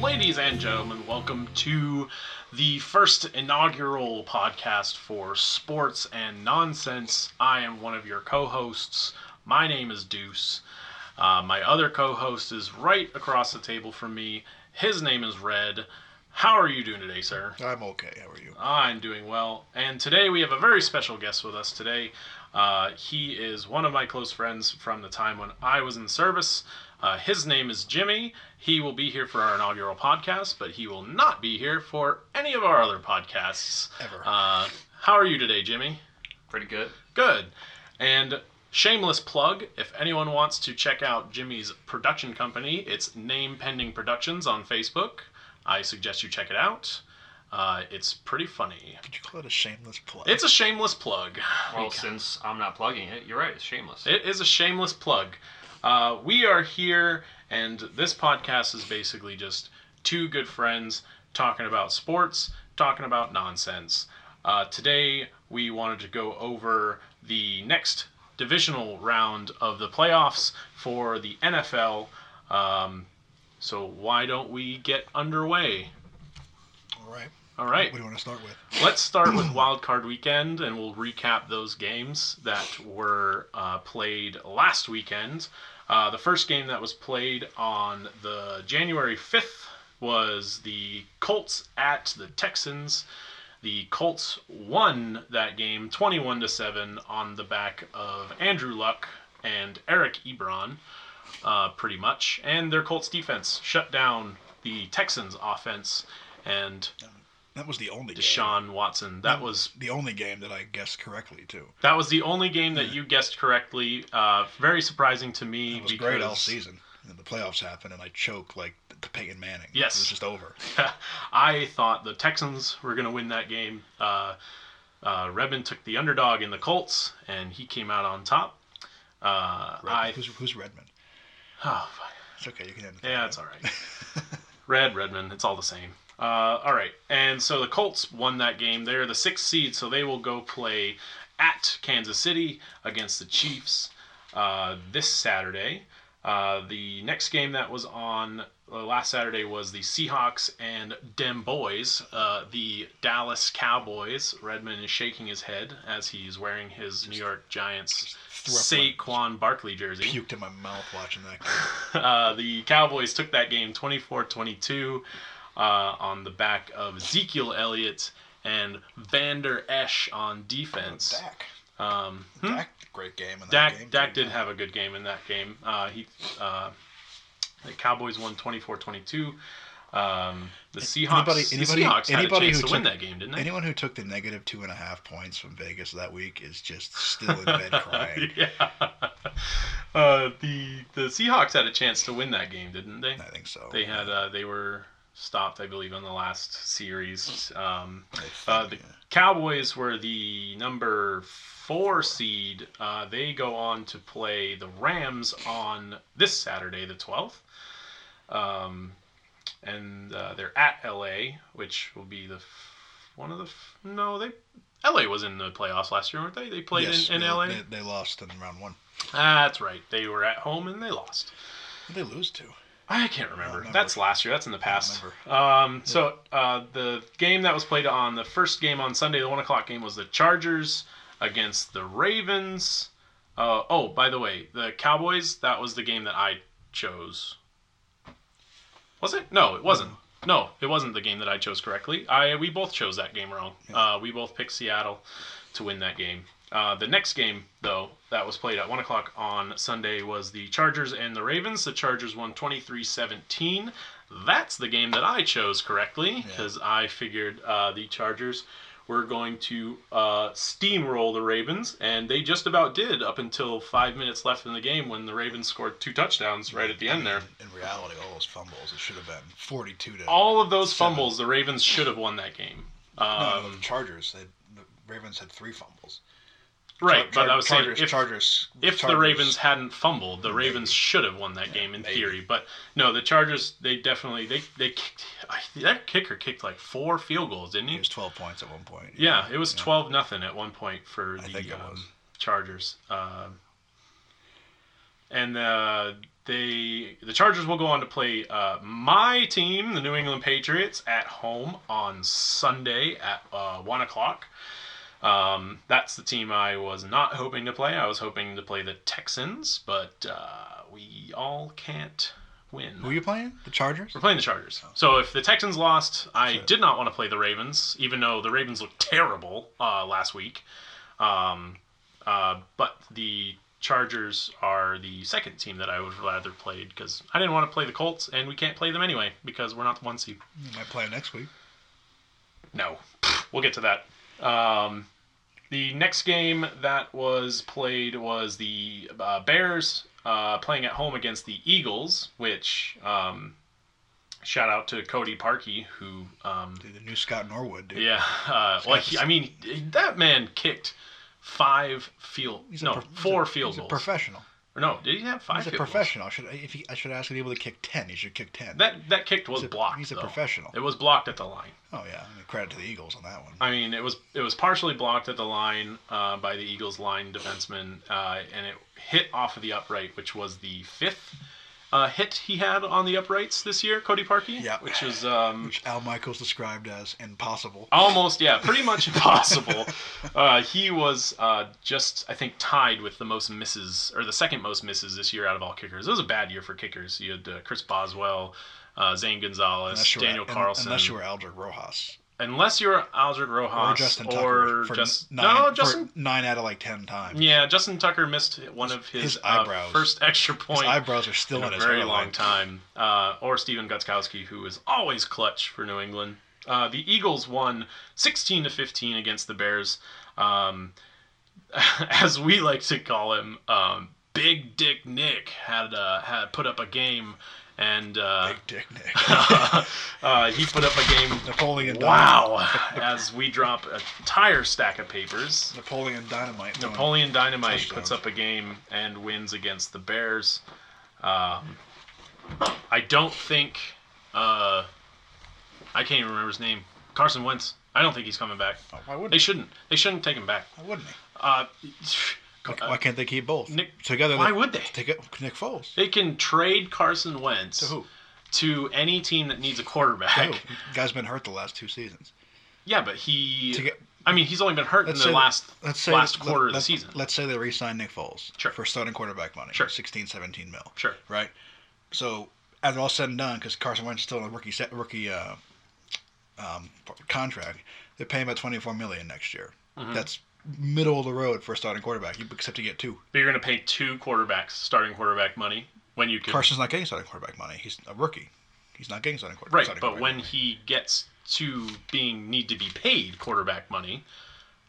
Ladies and gentlemen, welcome to the first inaugural podcast for Sports and Nonsense. I am one of your co hosts. My name is Deuce. Uh, my other co host is right across the table from me. His name is Red. How are you doing today, sir? I'm okay. How are you? I'm doing well. And today we have a very special guest with us today. Uh, he is one of my close friends from the time when I was in service. Uh, his name is Jimmy. He will be here for our inaugural podcast, but he will not be here for any of our other podcasts. Ever. Uh, how are you today, Jimmy? Pretty good. Good. And shameless plug if anyone wants to check out Jimmy's production company, it's Name Pending Productions on Facebook. I suggest you check it out. Uh, it's pretty funny. Could you call it a shameless plug? It's a shameless plug. Well, since I'm not plugging it, you're right. It's shameless. It is a shameless plug. Uh, we are here, and this podcast is basically just two good friends talking about sports, talking about nonsense. Uh, today, we wanted to go over the next divisional round of the playoffs for the NFL. Um, so, why don't we get underway? All right. All right. What do you want to start with? Let's start with Wild Card Weekend, and we'll recap those games that were uh, played last weekend. Uh, the first game that was played on the January 5th was the Colts at the Texans. The Colts won that game 21 to 7 on the back of Andrew Luck and Eric Ebron, uh, pretty much. And their Colts defense shut down the Texans offense and That was the only game. Deshaun Watson. That was The only game that I guessed correctly too. that was the only game that you guessed correctly. Uh, very surprising to me. It was because, great all season. And then the playoffs happened, and I choked like the Peyton Manning. Yes. It was just over. I thought the Texans were going to win that game. Uh, uh, Redmond took the underdog in the Colts, and he came out on top. Uh, I Who's, who's Redmond? oh, fuck. It's okay. You can end it. yeah, it's all right. Red Redmond, it's all the same. Uh, all right, and so the Colts won that game. They're the sixth seed, so they will go play at Kansas City against the Chiefs uh, this Saturday. Uh, the next game that was on uh, last Saturday was the Seahawks and Dem Boys, uh, the Dallas Cowboys. Redmond is shaking his head as he's wearing his New York Giants threw up Saquon Barkley jersey. Puked in my mouth watching that game. Uh, the Cowboys took that game 24 22 uh, on the back of Ezekiel Elliott and Vander Esch on defense. Oh, Dak. Um, hmm? Dak, great game. In that game, Dak, Dak too. did have a good game in that game. Uh, he, uh, the Cowboys won 24 22. Um, the Seahawks, anybody- the anybody- Seahawks had anybody a chance who to win took- that game, didn't they? Anyone who took the negative two and a half points from Vegas that week is just still in bed crying. yeah. Uh, the the Seahawks had a chance to win that game, didn't they? I think so. They had uh, they were stopped, I believe, on the last series. Um, They uh, think, the yeah. Cowboys were the number four seed. Uh, they go on to play the Rams on this Saturday, the twelfth. Um, and uh, they're at LA, which will be the f- one of the f- no they. LA was in the playoffs last year, weren't they? They played Yes, in, in they, LA. They, they lost in round one. Ah, that's right. They were at home and they lost. Who'd they lose to? I can't remember. remember. That's last year. That's in the past. remember. Um, so uh, the game that was played on the first game on Sunday, the one o'clock game, was the Chargers against the Ravens. Uh, oh, by the way, the Cowboys. That was the game that I chose. Was it? No, it wasn't. No, it wasn't the game that I chose correctly. I we both chose that game wrong. Uh, we both picked Seattle to win that game. Uh, the next game, though, that was played at 1 o'clock on Sunday was the Chargers and the Ravens. The Chargers won 23 17. That's the game that I chose correctly because I figured uh, the Chargers were going to uh, steamroll the Ravens, and they just about did up until five minutes left in the game when the Ravens scored two touchdowns right at the end there. In reality, all those fumbles, it should have been 42 to. All of those Seven. fumbles, the Ravens should have won that game. no, Um, the Chargers. They, the Ravens had three fumbles. right, Char- but I was saying Chargers, if, Chargers. if the Chargers- Ravens hadn't fumbled, the Ravens should have won that game in maybe. theory. But no, the Chargers they definitely they they kicked I, that kicker kicked like four field goals, didn't he? It was 12 points at one point. yeah, it was twelve nothing at one point for I the think it um, was. Chargers. Um and uh, they the Chargers will go on to play uh, my team, the New England Patriots, at home on Sunday at uh, one o'clock. Um, that's the team I was not hoping to play. I was hoping to play the Texans, but uh, we all can't win. Who are you playing? The Chargers? Oh. We're playing the Chargers. So if the Texans lost, I Shit. did not want to play the Ravens, even though the Ravens looked terrible uh, last week. Um, uh, but the Chargers are the second team that I would rather played because I didn't want to play the Colts, and we can't play them anyway because we're not the one seed. You might play next week. No, we'll get to that. Um, the next game that was played was the uh, Bears uh, playing at home against the Eagles, which um, shout out to Cody Parkey, who um, Dude, the new Scott Norwood, dude. yeah, uh, well, he, I mean that man kicked five field He's a no prof- he's a- four field he's a goals. professional. or no, did he have five? He's a field goals? professional. I should if he, I should ask him to be able to kick ten. He should kick ten. That that kicked was he's a, blocked. He's a though. professional. It was blocked at the line. Oh yeah, I mean, credit to the Eagles on that one. I mean, it was it was partially blocked at the line uh, by the Eagles' line defenseman, uh, and it hit off of the upright, which was the fifth uh, hit he had on the uprights this year, Cody Parkey. Yeah. Which is um, Which Al Michaels described as impossible. almost yeah, pretty much impossible. uh, he was uh, just I think tied with the most misses or the second most misses this year out of all kickers. It was a bad year for kickers. You had uh, Chris Boswell. Uh, Zane Gonzalez, Unless you were- Daniel un- Carlson. Unless you were Aldrich Rojas unless you were Aldrich Rojas or Justin Tucker for just nine, no for Justin nine out of like ten times. Yeah, Justin Tucker missed one of his, His uh, eyebrows. first extra His point eyebrows are still in in, a his very hairline. long time. Uh, or Steven Gutskowski, who is always clutch for New England. Uh, the Eagles won 16 to 15 against the Bears. Um, as we like to call him, um, Big Dick Nick had uh, had put up a game, and uh, Big dick Nick. uh, he put up a game. Napoleon. Dynamite. Wow! As we drop an entire stack of papers. Napoleon Dynamite. won. Napoleon Dynamite Touchdowns. puts up a game and wins against the Bears. Um, I don't think uh, I can't even remember his name. Carson Wentz. I don't think he's coming back. Oh, Why wouldn't They he? shouldn't. They shouldn't take him back. Why wouldn't he? Uh, Why- why can't they keep both Nick- together? why they, would they? Take it, Nick Foles. They can trade Carson Wentz To who? to any team that needs a quarterback. Who? Guy's been hurt the last two seasons. Yeah, but he. To get- I mean, he's only been hurt in Let's the say- last Let's say last let- quarter of the let's- season. Let's say they re-sign Nick Foles Sure. for starting quarterback money. Sure. 16, 17 mil. Sure. Right. So as all said and done, because Carson Wentz is still on a rookie set, rookie uh, um, contract, they're paying about twenty four million next year. Uh-huh. That's middle of the road for a starting quarterback, you- except to get two. But you're going to pay two quarterbacks starting quarterback money when you could Carson's not getting starting quarterback money. He's a rookie. He's not getting starting quarterback. Right, starting but quarterback when he gets to being need to be paid quarterback money,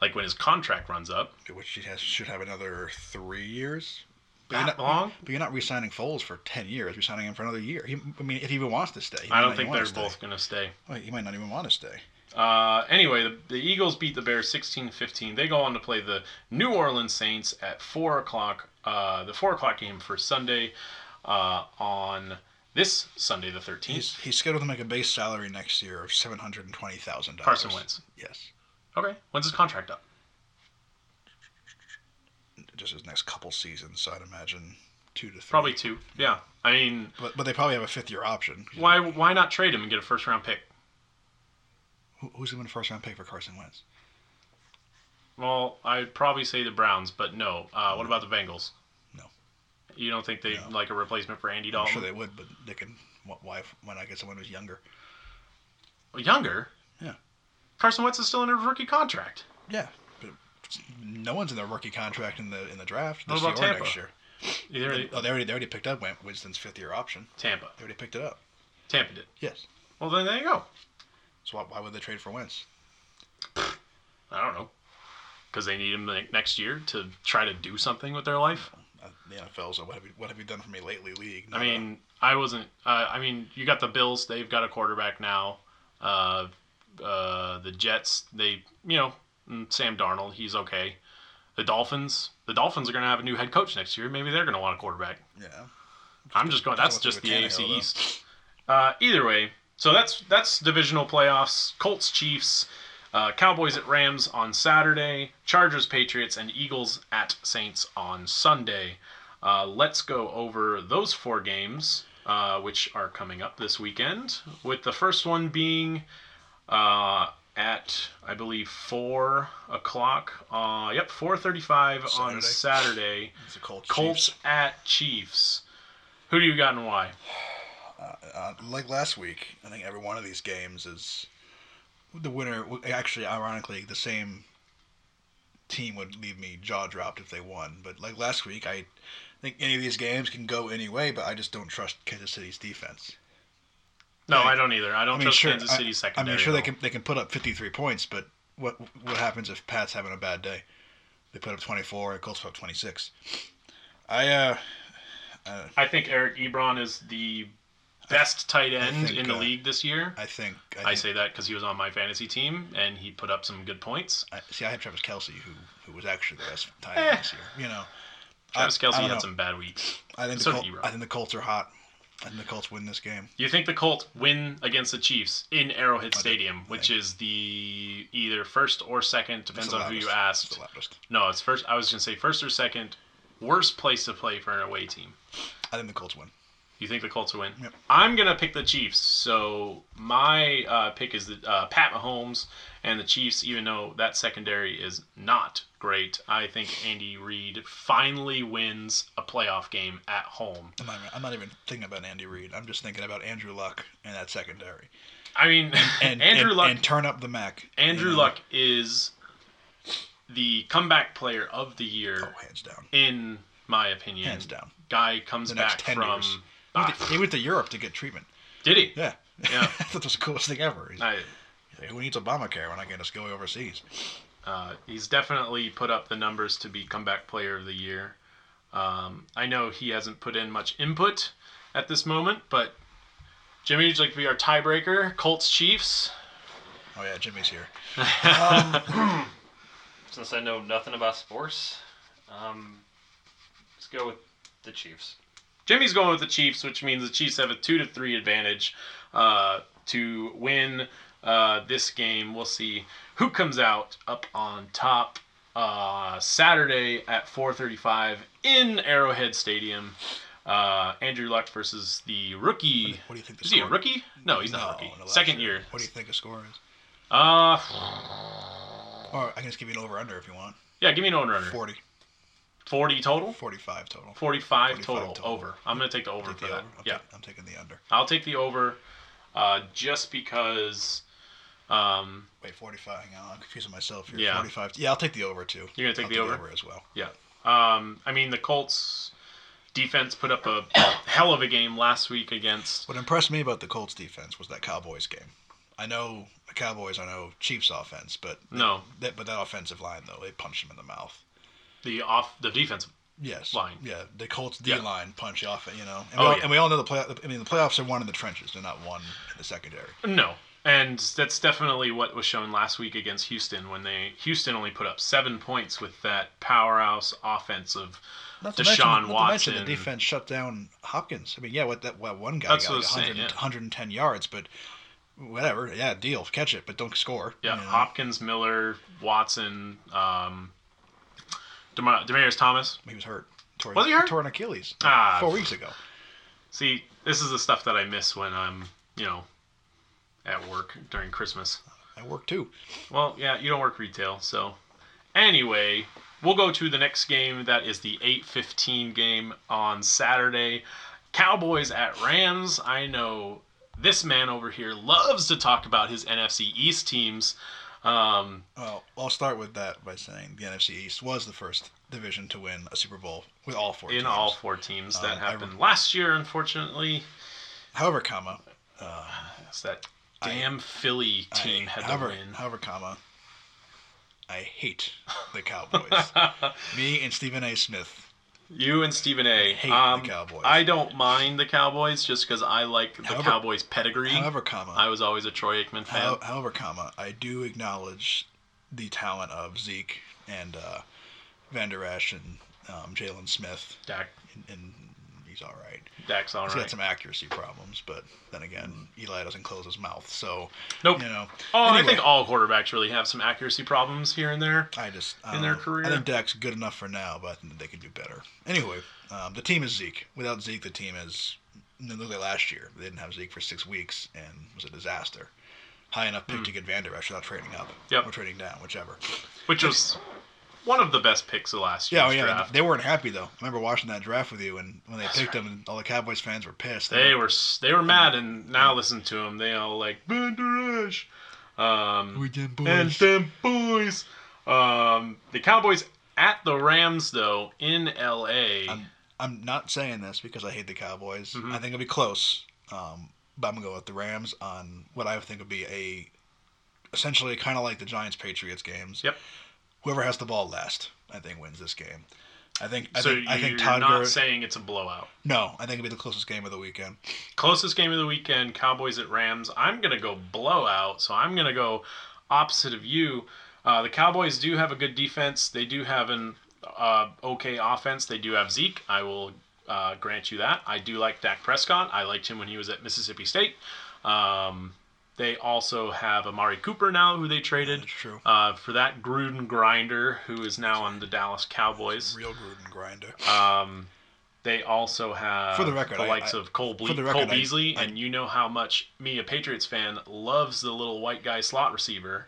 like when his contract runs up, money, which he has should have another three years. But that you're not- long? But you're not re-signing Foles for ten years. You're signing him for another year. He, I mean, if he even wants to stay, he I might don't not think even they're want to both stay. going to stay. Oh, he might not even want to stay. Uh, anyway, the, the Eagles beat the Bears 16-15. They go on to play the New Orleans Saints at four o'clock. Uh, the four o'clock game for Sunday uh, on this Sunday, the He's thirteenth. he's scheduled to make a base salary next year of seven hundred and twenty thousand dollars. Carson Wentz. Yes, Okay, when's his contract up? just his next couple seasons. So I'd imagine two to three. Probably two. Yeah, I mean, But, but they probably have a fifth year option. why why not trade him and get a first round pick? Who, who's going to first round pick for Carson Wentz? Well, I'd probably say the Browns, but no. Uh, what about the Bengals? No. You don't think they No. like a replacement for Andy I'm Dalton? sure they would, but they can. wh- Why why not get someone who's younger? Younger. Yeah. Carson Wentz is still under rookie contract. Yeah. But no one's in their rookie contract in the in the draft What this about year or Tampa? next year. Either Oh, they already they already picked up Win- Winston's fifth year option. Tampa. They already picked it up. Tampa did. Yes. Well, then there you go. So why, why would they trade for Wentz? I don't know. Because they need him the next year to try to do something with their life. Uh, the NFL's a what have you what have you done for me lately league? I mean, I wasn't. Uh, I mean, you got the Bills. They've got a quarterback now. Uh, uh, the Jets. They, you know, mm, Sam Darnold. He's okay. The Dolphins. The Dolphins are going to have a new head coach next year. Maybe they're going to want a quarterback. yeah. I'm just going. That's Just just go the with AFC Tannehill, though. East. Uh, either way, so that's that's divisional playoffs. Colts, Chiefs, uh, Cowboys at Rams on Saturday. Chargers, Patriots, and Eagles at Saints on Sunday. Uh, let's go over those four games, uh, which are coming up this weekend. With the first one being uh, at, I believe, four o'clock. Uh, yep, four thirty-five on Saturday. Saturday. It's the Colts. Colts Chiefs. at Chiefs. Who do you got and why? Uh, like last week, I think every one of these games is the winner. Actually, ironically, the same team would leave me jaw dropped if they won. But like last week, I think any of these games can go any way, but I just don't trust Kansas City's defense. No, Like, I don't either. I don't I mean, trust sure, Kansas I- City I secondary. mean, at sure they all. can they can put up 53 points, but what what happens if Pat's having a bad day? They put up 24, and Colts put up 26. I uh, I think Eric Ebron is the best tight end think, in the uh, league this year. I think I, I think- say that because he was on my fantasy team and he put up some good points. I, see, I had Travis Kelsey, who who was actually the best tight Eh. end this year. You know, Travis I Kelsey don't had know. some bad weeks. I think so the Col- did Ebron. I think the Colts are hot. I think the Colts win this game. You think the Colts win against the Chiefs in Arrowhead Stadium, I which is the either first or second, It's depends the on who you loudest. It's asked. the loudest. No, it's first. I was gonna say first or second, worst place to play for an away team. I think the Colts win. You think the Colts will win? Yep. I'm gonna pick the Chiefs. So my uh, pick is the uh, Pat Mahomes and the Chiefs. Even though that secondary is not great, I think Andy Reid finally wins a playoff game at home. I'm not, even- I'm not even thinking about Andy Reid. I'm just thinking about Andrew Luck and that secondary. I mean, And Andrew and, Luck. and turn up the Mac. uh, you Andrew know? Luck is the comeback player of the year, Oh, hands down. in my opinion. Hands down. Guy comes The back next 10 from. years. He Ah, went, to, he went to Europe to get treatment. did he? Yeah. Yeah. I thought that was the coolest thing ever. He's I, like, Who needs Obamacare when I can just go overseas? Uh, he's definitely put up the numbers to be comeback player of the year. Um, I know he hasn't put in much input at this moment, but Jimmy, would you like to be our tiebreaker? Colts Chiefs. Oh yeah, Jimmy's here. Since I know nothing about sports, um, let's go with the Chiefs. Jimmy's going with the Chiefs, which means the Chiefs have a two to three advantage uh, to win uh, this game. We'll see who comes out up on top uh, Saturday at 4:35 in Arrowhead Stadium. Uh, Andrew Luck versus the rookie. What do you think the Is he a score- rookie? No, he's not a rookie. no, last Second year. What do you think the score is? Uh, Or I can just give you an over under if you want. yeah, give me an over under. 40, 40 total? 45 total. 45, 45 total, total. over. I'm going to take the over Take for the that. over. I'm, yeah. taking, I'm taking the under. I'll take the over uh, just because um, Wait, 45. Hang on, I'm confusing myself here. Yeah. 45. Yeah, I'll take the over too. You're gonna take I'll the over? as well. Yeah. Um, I mean, the Colts defense put up a hell of a game last week against. What impressed me about the Colts defense was that Cowboys game. I know the Cowboys. I know Chiefs offense, but No, that but that offensive line though they punched him in the mouth. the off the defense. Yes. Line. Yeah, the Colts D Yeah. line punch off it, you know. And, Oh, we all, yeah. and we all know the play. I mean, the playoffs are won in the trenches. They're not won in the secondary. No, and that's definitely what was shown last week against Houston when they Houston only put up seven points with that powerhouse offense of Not Deshaun not to mention Watson. the defense shut down Hopkins. I mean, yeah, what that what one guy That's got what like I was saying, 100, yeah. 110 yards, but whatever. Yeah, deal, catch it, but don't score. Yeah, you know. Hopkins, Miller, Watson, um, Demar- Demarius Thomas. he was hurt. Tore, Was he hurt? Tore an Achilles like, Ah. four weeks ago. See, this is the stuff that I miss when I'm, you know, at work during Christmas. I worked too. Well, yeah, you don't work retail, so. Anyway, we'll go to the next game. That is the 8:15 game on Saturday. Cowboys at Rams. I know this man over here loves to talk about his NFC East teams. Um, Well, I'll start with that by saying the NFC East was the first division to win a Super Bowl with all four. in teams. all four teams, that Um, I happened last year, unfortunately. However, comma It's that damn Philly I- team had however, to win. however, comma, I hate the Cowboys. Me and Stephen A. Smith. You and Stephen A. hate the um, Cowboys. I don't mind the Cowboys just because I like the However- Cowboys pedigree. However, comma. I was always a Troy Aikman fan. how, however, comma. I do acknowledge the talent of Zeke and uh, Van Der Esch and um, Jalen Smith Dak. and, and He's all right. Dak's all He's right. got some accuracy problems, but then again, Eli doesn't close his mouth, so Nope. you know. Oh, I Anyway. think all quarterbacks really have some accuracy problems here and there. I just I In don't their know. career? I think Dak's good enough for now, but I think they could do better. Anyway, um, the team is Zeke. Without Zeke, the team is look at last year. They didn't have Zeke for six weeks and it was a disaster. High enough pick to get Van Der Esch without trading up Hmm. Yep. or trading down, whichever. which was one of the best picks of last year's Yeah, oh, yeah. draft. They weren't happy though. I remember watching that draft with you, and when they picked right. him, all the Cowboys fans were pissed. They were s- they were mad, and now listen to them. They all like Van Der Esch, um, we did boys. and them boys. Um, the Cowboys at the Rams though in L.A. I'm- I'm not saying this because I hate the Cowboys. Mhm. I think it'll be close, um, but I'm gonna go with the Rams on what I think would be a essentially kind of like the Giants Patriots games. Yep. Whoever has the ball last, I think, wins this game. I think. I so think. I you're think Todd. not Gur- saying it's a blowout. no, I think it'll be the closest game of the weekend. Closest game of the weekend, Cowboys at Rams. I'm gonna go blowout, so I'm gonna go opposite of you. Uh, the Cowboys do have a good defense. They do have an uh, okay offense. They do have Zeke. I will uh, grant you that. I do like Dak Prescott. I liked him when he was at Mississippi State. Um, they also have Amari Cooper now, who they traded That's true. uh, for that Gruden grinder, who is now on the Dallas Cowboys. Real Gruden grinder. Um, they also have For the record, I- likes I- of Cole, Ble- for the Cole record, I- Beasley, I- and you know how much me, a Patriots fan, loves the little white guy slot receiver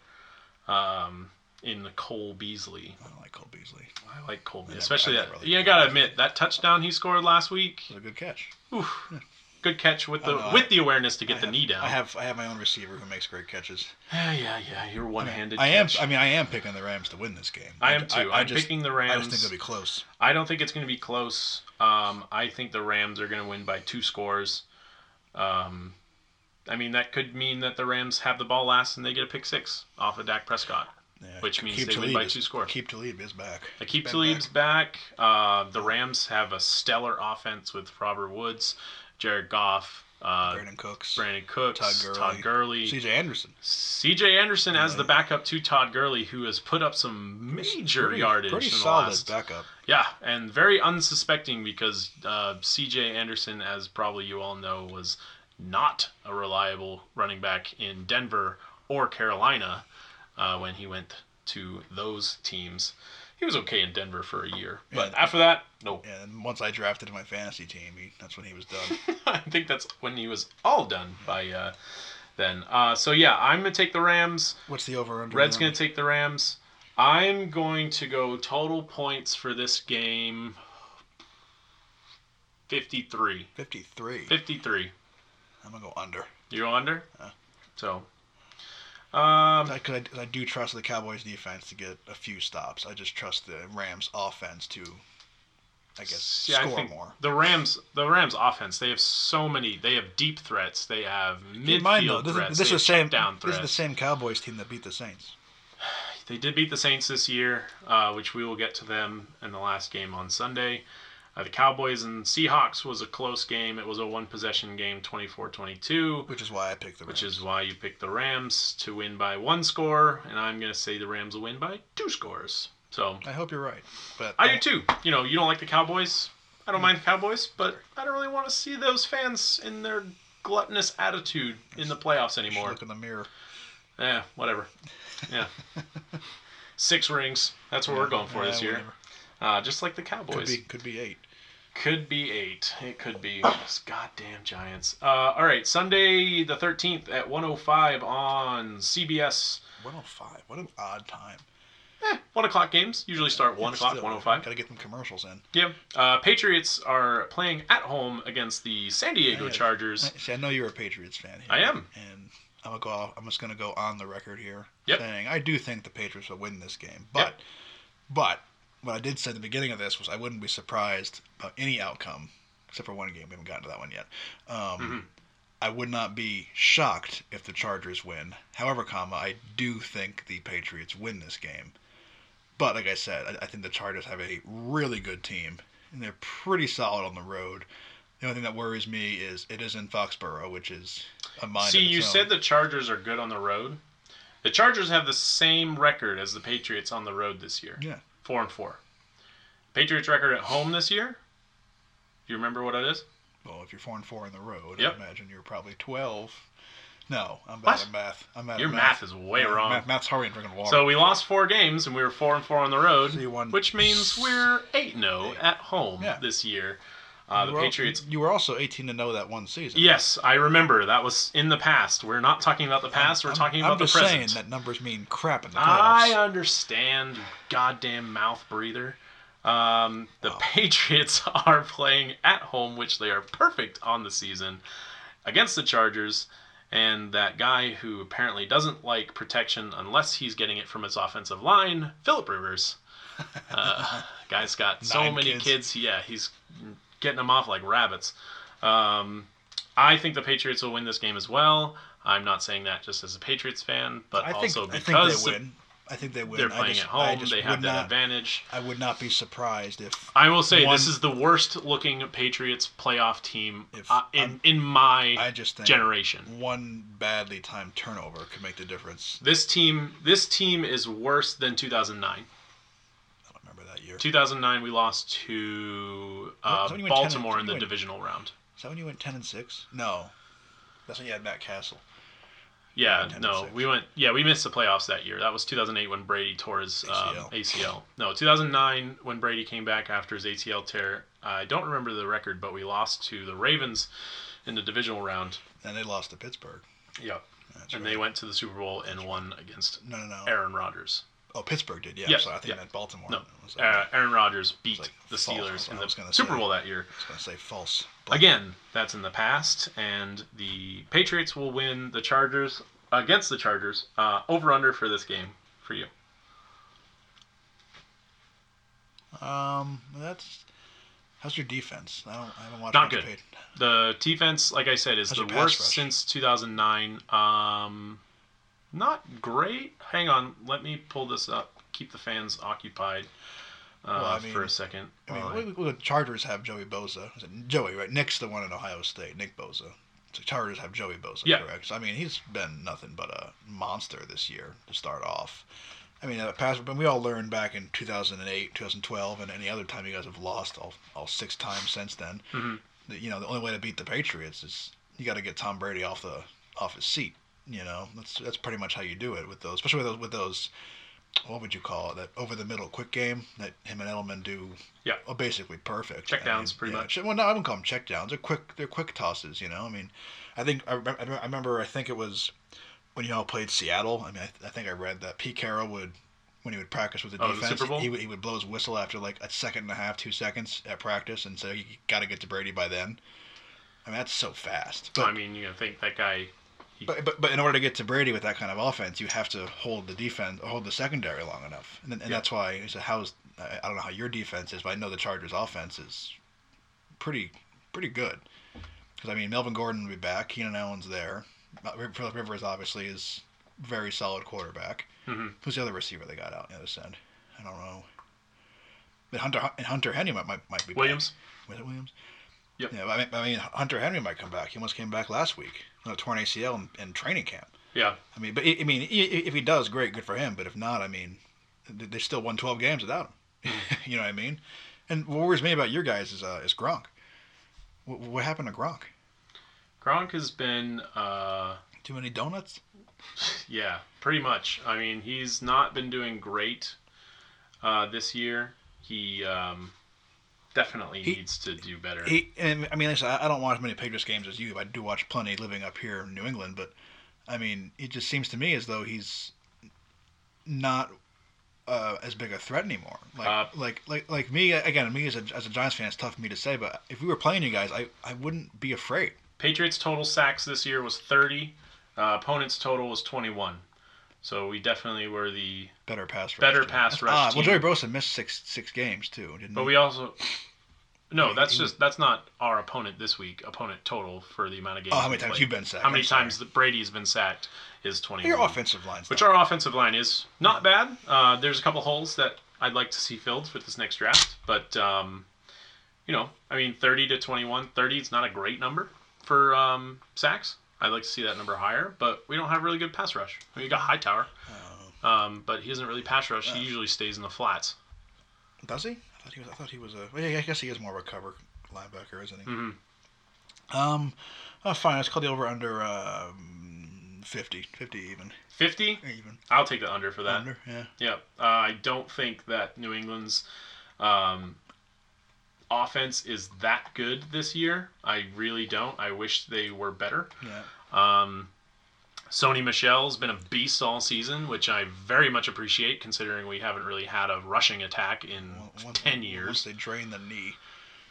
um, in Cole Beasley. I don't like Cole Beasley. It I like Cole Beasley, never- especially I that. never really yeah, I cared. gotta admit that touchdown he scored last week. was a good catch. Oof, good catch with the know, I- with the awareness to get I the have- knee down. I have. I have my own receiver who makes great catches. yeah, yeah, yeah. You're one handed. I am. I mean, I am picking the Rams to win this game. I am too. I, I, am just, picking the I Rams. just think it'll be close. I don't think it's going to be close. Um, I think the Rams are going to win by two scores. Um, I mean, that could mean that the Rams have the ball last and they get a pick six off of Dak Prescott. Yeah, Which means Keep they win Tlaib by is- two scores. Keep Talib is back. They keep Back, Talib's back. Uh, the Rams have a stellar offense with Robert Woods, Jared Goff, uh, Brandon Cooks, Brandon Cooks, Todd Todd Gurley, Gurley. CJ, C.J. Anderson. Anderson as the backup to Todd Gurley, who has put up some major Pretty- yardage Pretty in the solid last backup. Yeah, and very unsuspecting because uh, C.J. Anderson, as probably you all know, was not a reliable running back in Denver or Carolina uh, when he went to those teams. He was okay in Denver for a year, but Yeah. after that, no. And once I drafted my fantasy team, he, that's when he was done. I think that's when he was all done by uh, then. Uh, so yeah, I'm gonna take the Rams. What's the over under? Red's gonna take the Rams. I'm going to go total points for this game. Fifty-three. 53. 53. I'm gonna go under. You go under? Yeah. So. Um, I, 'cause I, I do trust the Cowboys defense to get a few stops. I just trust the Rams offense to, I guess, yeah, I score think more. The Rams, the Rams offense, they have so many. They have deep threats. They have midfield Keep in mind though, this, threats. is this they is the have same. down This threats. is the same Cowboys team that beat the Saints. They did beat the Saints this year, uh, which we will get to them in the last game on Sunday. Uh, the Cowboys and Seahawks was a close game. It was a one possession game, 24 22. Which is why I picked the Rams. which is why you picked the Rams to win by one score, and I'm going to say the Rams will win by two scores. So I hope you're right, but I do too. You know, you don't like the Cowboys. I don't mind the Cowboys, but I don't really want to see those fans in their gluttonous attitude in the playoffs You should anymore. Look in the mirror. Yeah, Eh, whatever. Yeah. Six rings. That's what we're going for Yeah, this year. whatever. Uh, just like the Could Cowboys. be, could be eight. Could be eight. It could be. Those goddamn Giants. Uh, all right, Sunday the 13th at 105 on CBS. 105. What an odd time. Eh, one o'clock games usually start one It's o'clock, still- one o five. Gotta get them commercials in. Yeah. Uh, Patriots are playing at home against the San Diego Yeah. Chargers. I- See, I know you're a Patriots fan. Here, I am. And I'm gonna go. off- I'm just gonna go on the record here, Yep. saying I do think the Patriots will win this game. But, Yep. but what I did say at the beginning of this was I wouldn't be surprised about any outcome, except for one game. We haven't gotten to that one yet. Um, Mhm. I would not be shocked if the Chargers win. However, comma I do think the Patriots win this game. But like I said, I, I think the Chargers have a really good team, and they're pretty solid on the road. The only thing that worries me is it is in Foxborough, which is a mind. See, of its you own. said the Chargers are good on the road. The Chargers have the same record as the Patriots on the road this year. Yeah. Four and four. Patriots record at home this year. Do you remember what it is? Well, if you're four and four on the road, Yep. I imagine you're probably twelve. No, I'm bad What? at math. I'm bad Your at math is way Yeah, wrong. Math, math's hard and drinking water. So we lost four games, and we were four and four on the road, So you won- which means we're eight and zero at home Yeah. this year. Uh, You the were al- Patriots. You were also 18 to know that one season. Yes, I remember that was in the past. We're not talking about the past. We're I'm- talking I'm about the just present. saying that numbers mean crap in the playoffs. I understand, you goddamn mouth breather. Um, the Wow. Patriots are playing at home, which they are perfect on the season, against the Chargers. And that guy who apparently doesn't like protection unless he's getting it from his offensive line, Philip Rivers. Uh, guy's got so Nine many kids. kids. Yeah, he's getting them off like rabbits. Um, I think the Patriots will win this game as well. I'm not saying that just as a Patriots fan, but uh, I think, also I think because they the- win. I think they win. they're I playing just- at I home. just They have would that not, advantage. I would not be surprised if I will say One- this is the worst looking Patriots playoff team If uh, in I'm- in my I just think generation. one badly timed turnover could make the difference. This team this team is worse than 2009. I don't remember that year. 2009 we lost to uh, Don't- don't you win 10 Baltimore don't in you the win- divisional round. Is that when you went 10 and 6? No. That's when you had Matt Castle. Yeah, 10 and no, six. we went. Yeah, we missed the playoffs that year. That was 2008 when Brady tore his um, ACL. ACL. No, 2009 when Brady came back after his ACL tear. I don't remember the record, but we lost to the Ravens in the divisional round. And they lost to Pittsburgh. Yep. That's and right. they went to the Super Bowl and won against No, no, no. Aaron Rodgers. Oh, Pittsburgh did. Yeah. Yeah, so I think yeah. you meant Baltimore. No, I was, like, Uh, Aaron Rodgers beat like the false. Steelers I in was the gonna Super say. Bowl that year. I was going to say false. but- Again, that's in the past, and the Patriots will win the Chargers against the Chargers. Uh, over under for this game for you. Um, that's how's your defense? I don't. I haven't watched. Not much good. Peyton. The defense, like I said, is How's the your pass worst rush? since 2009. Um, not great. Hang on, let me pull this up. Keep the fans occupied uh, Well, I mean- for a second. Uh, I mean, while I- we- we- the Chargers have Joey Boza. Is it Joey, right? Nick's the one in Ohio State. Nick Boza. The Chargers have Joey Boza, Yeah. correct? So, I mean, he's been nothing but a monster this year to start off. I mean, uh, pass, but we all learned back in 2008, 2012, and any other time you guys have lost all, all six times since then. Mhm. that, You know, the only way to beat the Patriots is you got to get Tom Brady off the off his seat. You know, that's that's pretty much how you do it with those, especially with those with those. What would you call it? That over the middle quick game that him and Edelman do well, basically perfect. Check downs, I mean, pretty yeah. much. Well, no, I wouldn't call them check downs. They're quick. They're quick tosses. You know, I mean, I think I, remem- I remem- I remember. I think it was when y'all played Seattle. I mean, I, th- I think I read that Pete Carroll would. When he would practice with the Oh, the defense, Super Bowl? He, would, he would blow his whistle after like a second and a half, two seconds at practice, and say, "You got to get to Brady by then." I mean, that's so fast. But, I mean, you know, think that guy but but but in order to get to Brady with that kind of offense, you have to hold the defense, hold the secondary long enough, and, then- and Yeah. that's why. So how's I I don't know how your defense is, but I know the Chargers' offense is pretty pretty good. Because I mean, Melvin Gordon will be back. Keenan Allen's there. Uh, Riv- Philip Rivers obviously is very solid quarterback. Mhm. Who's the other receiver they got out on the other side? I don't know. But Hunter and Hunter Henry might might, might be back. Williams. Was it Williams? Yep. Yeah, but I mean, I mean, Hunter Henry might come back. He almost came back last week. You know, torn ACL in, in training camp. Yeah. I mean, but I I mean, i- i- if he does, great, good for him. But if not, I mean, th- they still won 12 games without him. Mm-hmm. you know what I mean? And what worries me about your guys is uh, is Gronk. What, what happened to Gronk? Gronk has been, uh, Too many donuts? yeah, pretty much. I mean, he's not been doing great uh, this year. He um, definitely He- needs to do better. He, and, I mean, listen, I I don't watch as many Patriots games as you. I do watch plenty living up here in New England, but I mean, it just seems to me as though he's not uh, as big a threat anymore. Like, Uh, like, like, like me again. Me as a as a Giants fan, it's tough for me to say, but if we were playing you guys, I I wouldn't be afraid. Patriots total sacks this year was 30. Uh, opponents total was 21. So we definitely were the, Better pass rush. Better team. pass That's rush odd. Well, team. Joey Bosa missed six six games too, didn't but he? we also. No, that's he- just that's not our opponent this week. Opponent total for the amount of games. oh, how we many times played. you've been sacked? How many I'm sorry. times that Brady's been sacked is twenty. Your offensive lines. which our offensive line is not bad. Uh, there's a couple holes that I'd like to see filled with this next draft, but um, you know, I mean, 30 to 21, 30 is not a great number for um, sacks. I'd like to see that number higher, but we don't have really good pass rush. I mean, you got Hightower, um, but he doesn't really pass rush. He Yeah. usually stays in the flats. does he? I thought he was. I thought he was a. Well, yeah, I guess he is more of a cover linebacker, isn't he? hmm Mm-hmm. Um, oh, fine. Let's call the over under um, 50, 50 even, Fifty. even I'll take the under for that. under. Yeah. Yeah, uh, I don't think that New England's um, offense is that good this year. I really don't. I wish they were better. Yeah. Um, Sony Michelle's been a beast all season, which I very much appreciate considering we haven't really had a rushing attack in Once- once- 10 Once years. they drain the knee.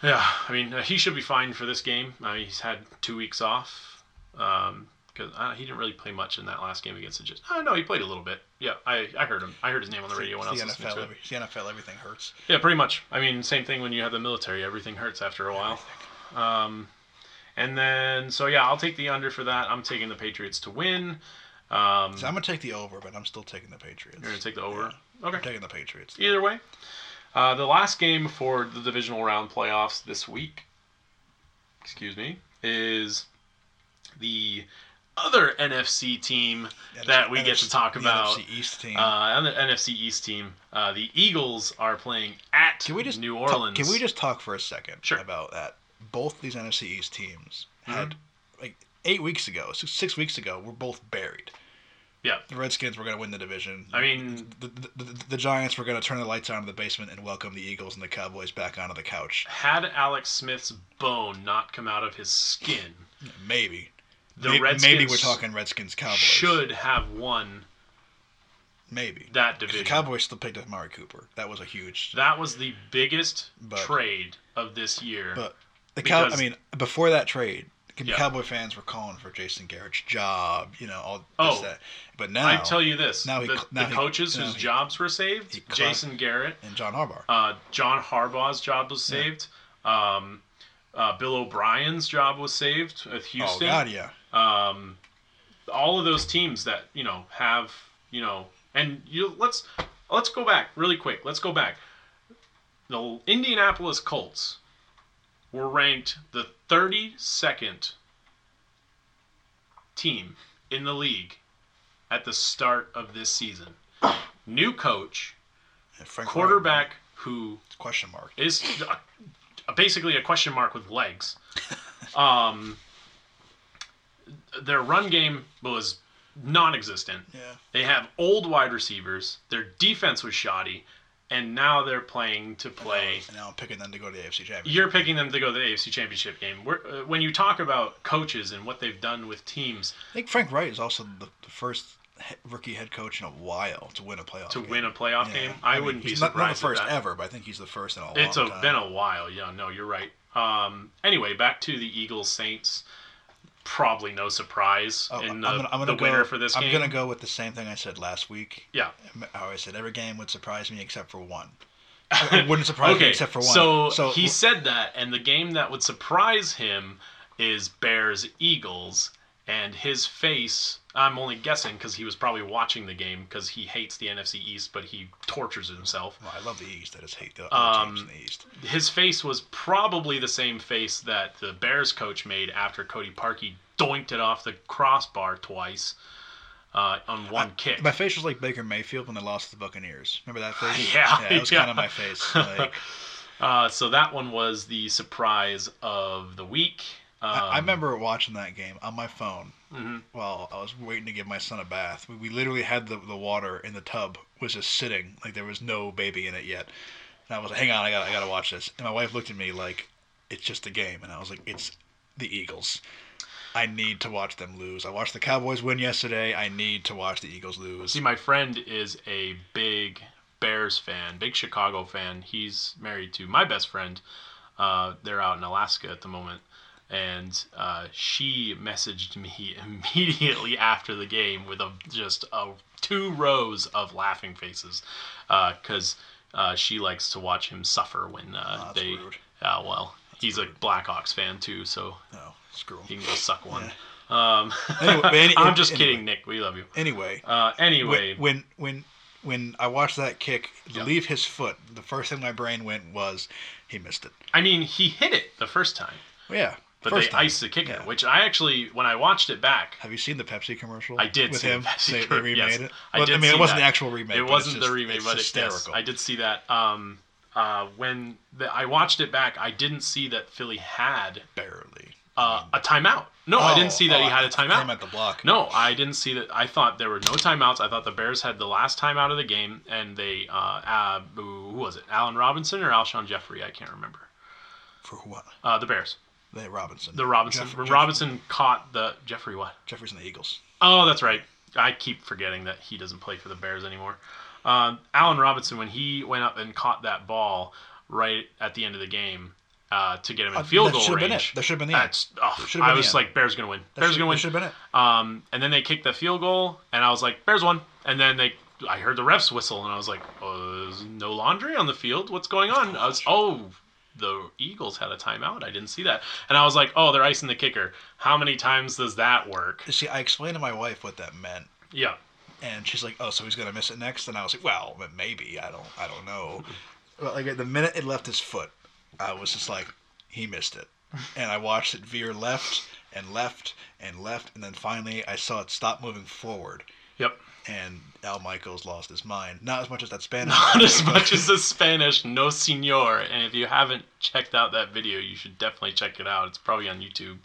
Yeah, I mean, uh, he should be fine for this game. Uh, he's had two weeks off because uh, he didn't really play much in that last game against the Jets. Uh, no, he played a little bit. Yeah, I, I heard him. I heard his name on the radio when I it's was the listening to NFL, it. every, it's the NFL, everything hurts. Yeah, pretty much. I mean, same thing when you have the military. Everything hurts after a while. Um, and then, so yeah, I'll take the under for that. I'm taking the Patriots to win. Um, So I'm gonna take the over, but I'm still taking the Patriots. you're going to take the over? I'm Okay. taking the Patriots. Either way. Uh, the last game for the divisional round playoffs this week, excuse me, is the other NFC team that we get to talk the about. NFC East team. Uh, and the NFC East team, uh, the Eagles are playing at Can we just New talk- Orleans. can we just talk for a second Sure. Mm-hmm. about that? Both these NFC East teams had like eight weeks ago, six, six weeks ago, were both buried. Yeah. The Redskins were going to win the division. I mean, the, the, the, the Giants were going to turn the lights on in the basement and welcome the Eagles and the Cowboys back onto the couch. had Alex Smith's bone not come out of his skin, Maybe. the May- maybe, Redskins we're talking Redskins Cowboys. should have won Maybe. that 'Cause The division. Cowboys still picked up Mari Cooper. That was a huge. that was the biggest But- trade of this year. but the Cow- because- I mean, before that trade, the Yeah. Cowboy fans were calling for Jason Garrett's job, you know, all this, Oh. that. But now. I tell you this: now he the, cl- now the he- coaches now whose he- jobs were saved, he cla- Jason Garrett, and John Harbaugh. Oh, uh, John Harbaugh's job was saved. Um, uh, Bill O'Brien's job was saved with Oh Houston. God, yeah. um, all of those teams that you know have you know and you let's let's go back really quick let's go back the indianapolis colts were ranked the 32nd team in the league at the start of this season new coach And Frank Reich, quarterback who question mark. is a, basically a question mark with legs. Um, their run game was non-existent. Yeah. They have old wide receivers. Their defense was shoddy, and now they're playing to play. And Oh, now I'm picking them to go to the AFC Championship. You're picking them to go to the AFC Championship game. We're, uh, when you talk about coaches and what they've done with teams I think Frank Wright is also the, the first he- rookie head coach in a while to win a playoff. to game. win a playoff Yeah. game, I, mean, wouldn't be he's surprised. not, not the at first that. ever, but I think he's the first in a It's long a, time. been a while. Yeah, no, you're right. Um, anyway, back to the Eagles Saints. Probably no surprise Oh, in I'm the, gonna, I'm the gonna go, winner for this I'm game. gonna go with the same thing I said last week. Yeah. How I said Oh, every game would surprise me except for one. It wouldn't surprise me Okay, except for one. so, so he said that, and the game that would surprise him is Bears Eagles, and his face. I'm only guessing because he was probably watching the game because he hates the NFC East, but he tortures himself. well, I love the East. I just hate the Um, other teams in the East. his face was probably the same face that the Bears coach made after Cody Parkey doinked it off the crossbar twice uh, on one kick. My face was like Baker Mayfield when they lost to the Buccaneers. Remember that face? Yeah, yeah, that was yeah. kind of my face. Like, Uh, so that one was the surprise of the week. Um, I, I remember watching that game on my phone mhm. while I was waiting to give my son a bath. We, we literally had the, the water in the tub was just sitting like there was no baby in it yet. And I was like, hang on, I got I gotta watch this. And my wife looked at me like, it's just a game. And I was like, it's the Eagles. I need to watch them lose. I watched the Cowboys win yesterday. I need to watch the Eagles lose. See, my friend is a big Bears fan, big Chicago fan. He's married to my best friend. Uh, they're out in Alaska at the moment. And uh, she messaged me immediately after the game with a just a, two rows of laughing faces because uh, she likes to watch him suffer when uh, Oh, that's they. rude. Uh, well, he's a Blackhawks fan too, so No, Oh, screw 'em. he can go suck one. Um, Anyway- any- I'm just anyway. kidding, Nick. We love you. Anyway, Uh, anyway, when, when when when I watched that kick Yeah. leave his foot, the first thing my brain went was he missed it. I mean, he hit it the first time, Yeah. but first they time. iced the kicker, Yeah. which I actually, when I watched it back, Have you seen the Pepsi commercial? I did with see the him. Pepsi they, they commercial, remade yes. it. I Well, did I mean, see it wasn't that. the actual remake. it but wasn't it's just, the remake, it's but it, yes, hysterical. I did see that. Um, uh, when the, I watched it back, I didn't see that Philly had barely. uh, a timeout. No, I Oh, didn't see that he had a timeout. Time at the block. No, I didn't see that. I thought there were no timeouts. I thought the Bears had the last timeout of the game, and they, uh, uh, who was it? Allen Robinson or Alshon Jeffrey? I can't remember. For what? Uh, the Bears. They Robinson. The Robinson. Jeff- Robinson caught the Jeffrey what? Jeff- Jeffrey's in the Eagles. Oh, that's right. I keep forgetting that he doesn't play for the Bears anymore. Um, Allen Robinson, when he went up and caught that ball right at the end of the game uh, to get him in Uh, field that goal should've been range, it. That should've been it. that's. Oh, That should've I been was it. like, Bears gonna win. That Bears should- gonna win. that should have been it. Um, and then they kicked the field goal, and I was like, Bears won. And then they, I heard the refs whistle, and I was like, oh, there's no laundry on the field. What's going on? I was, oh, the Eagles had a timeout. I didn't see that. And I was like, oh, they're icing the kicker. How many times does that work? You See, I explained to my wife what that meant, Yeah. and she's like, "Oh, so he's gonna miss it next?" And I was like, "Well, but maybe. I don't. I don't know." but like the minute it left his foot, I was just like, "He missed it," and I watched it veer left and left and left, and then finally I saw it stop moving forward, Yep. and Al Michaels lost his mind. Not as much as that Spanish. Not guy, as but- much as the Spanish, no senor. And if you haven't checked out that video, you should definitely check it out. It's probably on YouTube.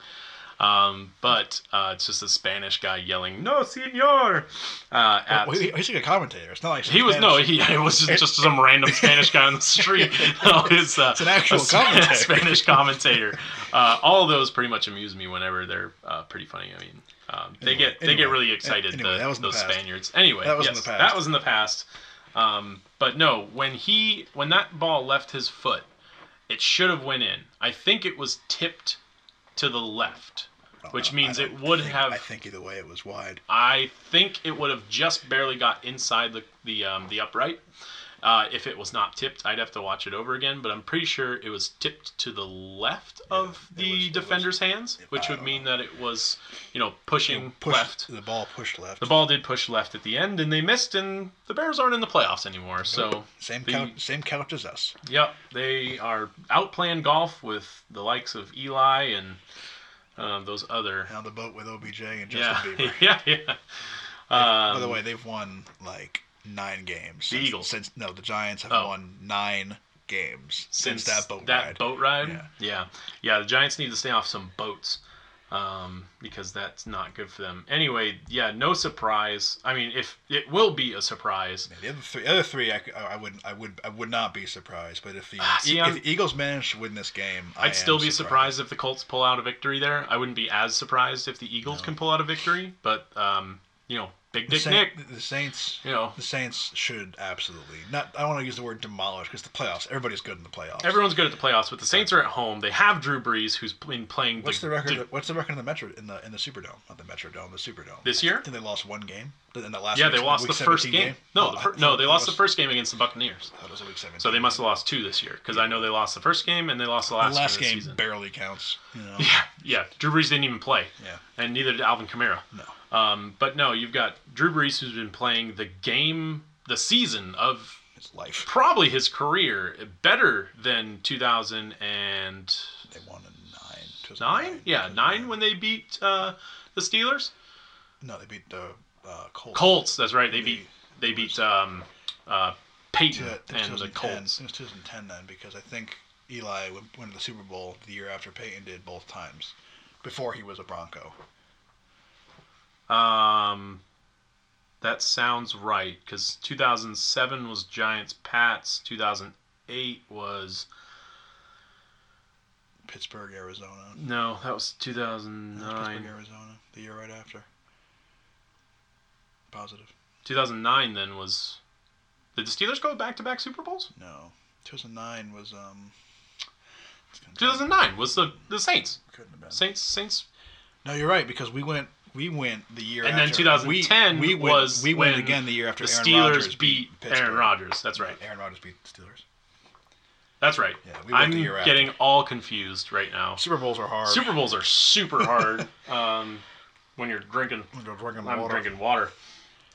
Um, but uh, it's just a Spanish guy yelling "No, senor!" Uh, at Well, he- he's like a commentator. It's not like He was no, Spanish. he it was just, just some random Spanish guy on the street. No, it's, uh, It's an actual a Spa- commentator. Spanish commentator. Uh, all of those pretty much amuse me whenever they're uh, pretty funny. I mean, um, they Anyway, get they get anyway, really an- excited. anyway, the, that was in the those past. Spaniards. Anyway, That was in yes, the past. that was in the past. Um, but no, when he when that ball left his foot, it should have went in. I think it was tipped to the left, which Oh, I means don't- it would I think- have I think either way, it was wide. I think it would have just barely got inside the the um, the upright. Uh, if it was not tipped, I'd have to watch it over again. But I'm pretty sure it was tipped to the left of it the was- it was- defender's hands, which I would don't mean that it was, you know, pushing Push- left. The ball pushed left. The ball did push left at the end, and they missed, and the Bears aren't in the playoffs anymore. So, Same the- couch, same couch as us. yep, they are outplaying golf with the likes of Eli and uh, those other. On the boat with OBJ and Justin Yeah, Bieber. yeah, yeah. By the Um, way, they've won like nine games. The since, Eagles. Since no, the Giants have Oh. won nine games since, that boat ride. boat ride? Yeah. yeah, Yeah, The Giants need to stay off some boats um, because that's not good for them. Anyway, yeah, no surprise. I mean, if it will be a surprise, the other three, other three, I, c- I wouldn't, I would, I would not be surprised. But if the, Ah, see, if I'm- the Eagles manage to win this game, I I'd am still be surprised. if the Colts pull out a victory there. I wouldn't be as surprised if the Eagles can pull out a victory, but um, you know, Big The, Dick Saint- Nick, the Saints, you know, the Saints should absolutely not. I don't want to use the word demolish because the playoffs. Everybody's good in the playoffs. everyone's good at the playoffs, but the Saints are at home. They have Drew Brees, who's been playing What's the record? what's the record in the Metro in the in the Superdome? Not the Metrodome, the Superdome. This year? I think they lost one game in the last. yeah, week- they lost the week first 17 game. No, Oh, the I fir- thought no, they it lost the was- first game against the Buccaneers. I thought it was a week seventeen. So they must have lost two this year because I know they lost the first game and they lost the The last, last game. of the game season. barely counts. You know? Yeah, yeah. Drew Brees didn't even play, Yeah. and neither did Alvin Kamara. No. Um, but no, you've got Drew Brees who's been playing the game, the season of It's life. probably his career better than 2009. They won a nine. It was a It Yeah, was a nine when they beat uh, the Steelers. No, they beat the uh, Colts. Colts. That's right. They They- beat they beat um, uh, Peyton Yeah, I think and the 2010. Colts. It was 2010 then because I think Eli went, went to the Super Bowl the year after Peyton did both times, before he was a Bronco. Um, that sounds right because 2007 was Giants Pats, 2008 was Pittsburgh, Arizona. no, that was Pittsburgh, 2009. Arizona, the year right after. Positive. 2009 then was did the Steelers go back to back Super Bowls? No. 2009 was um. it's gonna be- 2009 was the the Saints, couldn't have been. Saints, Saints, No, you're right because we went we went the year and after. then 2010 we, we went, was we when went again the year after the Aaron Steelers Rodgers beat Aaron Pittsburgh. Rodgers. That's right. Aaron Rodgers beat the Steelers. That's right. Yeah, we went I'm the year after. getting all confused right now. Super Bowls are hard. Super Bowls are super hard um, when you're drinking I'm drinking the I'm water. drinking water.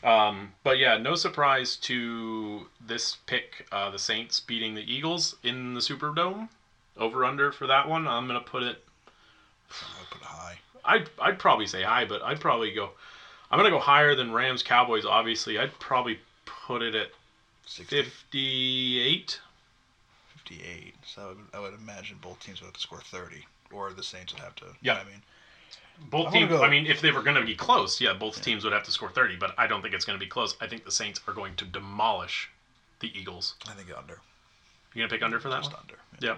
Um, but yeah, no surprise to this pick, uh, the Saints beating the Eagles in the Superdome. Over under for that one, I'm gonna put it. I put it high. I'd I'd probably say high, but I'd probably go. I'm gonna go higher than Rams Cowboys. Obviously, I'd probably put it at 60. 58. 58. So I would, I would imagine both teams would have to score 30, or the Saints would have to. you Yeah. know what I mean, Both I'm gonna teams. go- I mean, if they were going to be close, yeah, both teams would have to score 30. But I don't think it's going to be close. I think the Saints are going to demolish the Eagles. I think under. You gonna pick under for that Just one? under. Yeah.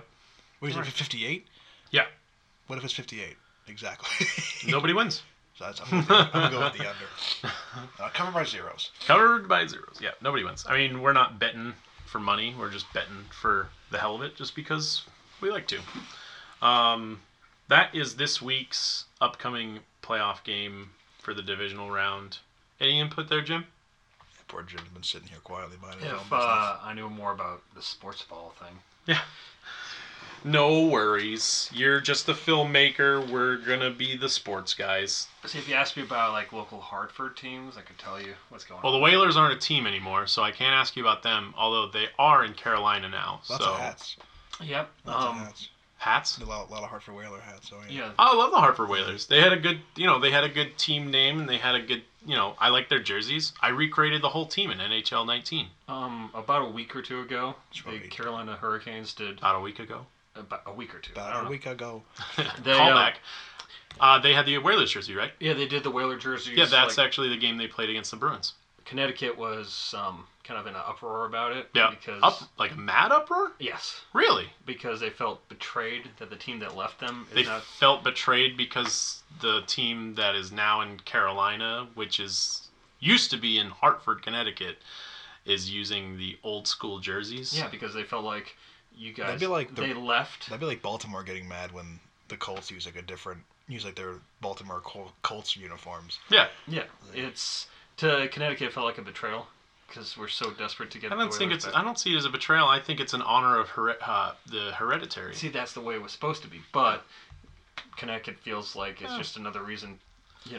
Wait, is it Alright. 58? Yeah. What if it's 58? Exactly. Nobody wins. so that's, I'm going to go with the under. Uh, cover by zeros. Covered by zeros. Yeah, nobody wins. I mean, we're not betting for money. We're just betting for the hell of it, just because we like to. Um, that is this week's upcoming playoff game for the divisional round. Any input there, Jim? Poor Jim's been sitting here quietly minding his own If business. uh, I knew more about the sports ball thing. No worries. You're just the filmmaker. We're gonna be the sports guys. See, if you asked me about like local Hartford teams, I could tell you what's going Well, the on. Whalers aren't a team anymore, so I can't ask you about them. Although they are in Carolina now. Lots so of hats. Yep. Lots Um, of hats. hats. A lot, lot of Hartford Whaler hats. So yeah. yeah. I love the Hartford Whalers. They had a good, you know, they had a good team name and they had a good, you know, I like their jerseys. I recreated the whole team in NHL 19 Um, about a week or two ago, Sure. the Carolina Hurricanes did about a week ago. about a week or two. I About don't a know. week ago. They, uh, Callback. Uh, they had the Whalers jersey, right? Yeah, they did the Whaler jerseys. Yeah, that's like, actually the game they played against the Bruins. Connecticut was um, kind of in an uproar about it. Yeah. Because Up like a mad uproar? yes, Really? because they felt betrayed that the team that left them is They not felt betrayed because the team that is now in Carolina, which is used to be in Hartford, Connecticut, is using the old school jerseys. Yeah, because they felt like you guys. be like the- they left. That'd be like Baltimore getting mad when the Colts use like a different, use like their Baltimore Col- Colts uniforms. Yeah. yeah, it's to Connecticut felt like a betrayal because we're so desperate to get. I don't the think Whalers it's. I back. don't see it as a betrayal. I think it's an honor of her, uh, the hereditary. See, that's the way it was supposed to be, but Connecticut feels like it's Yeah. just another reason. You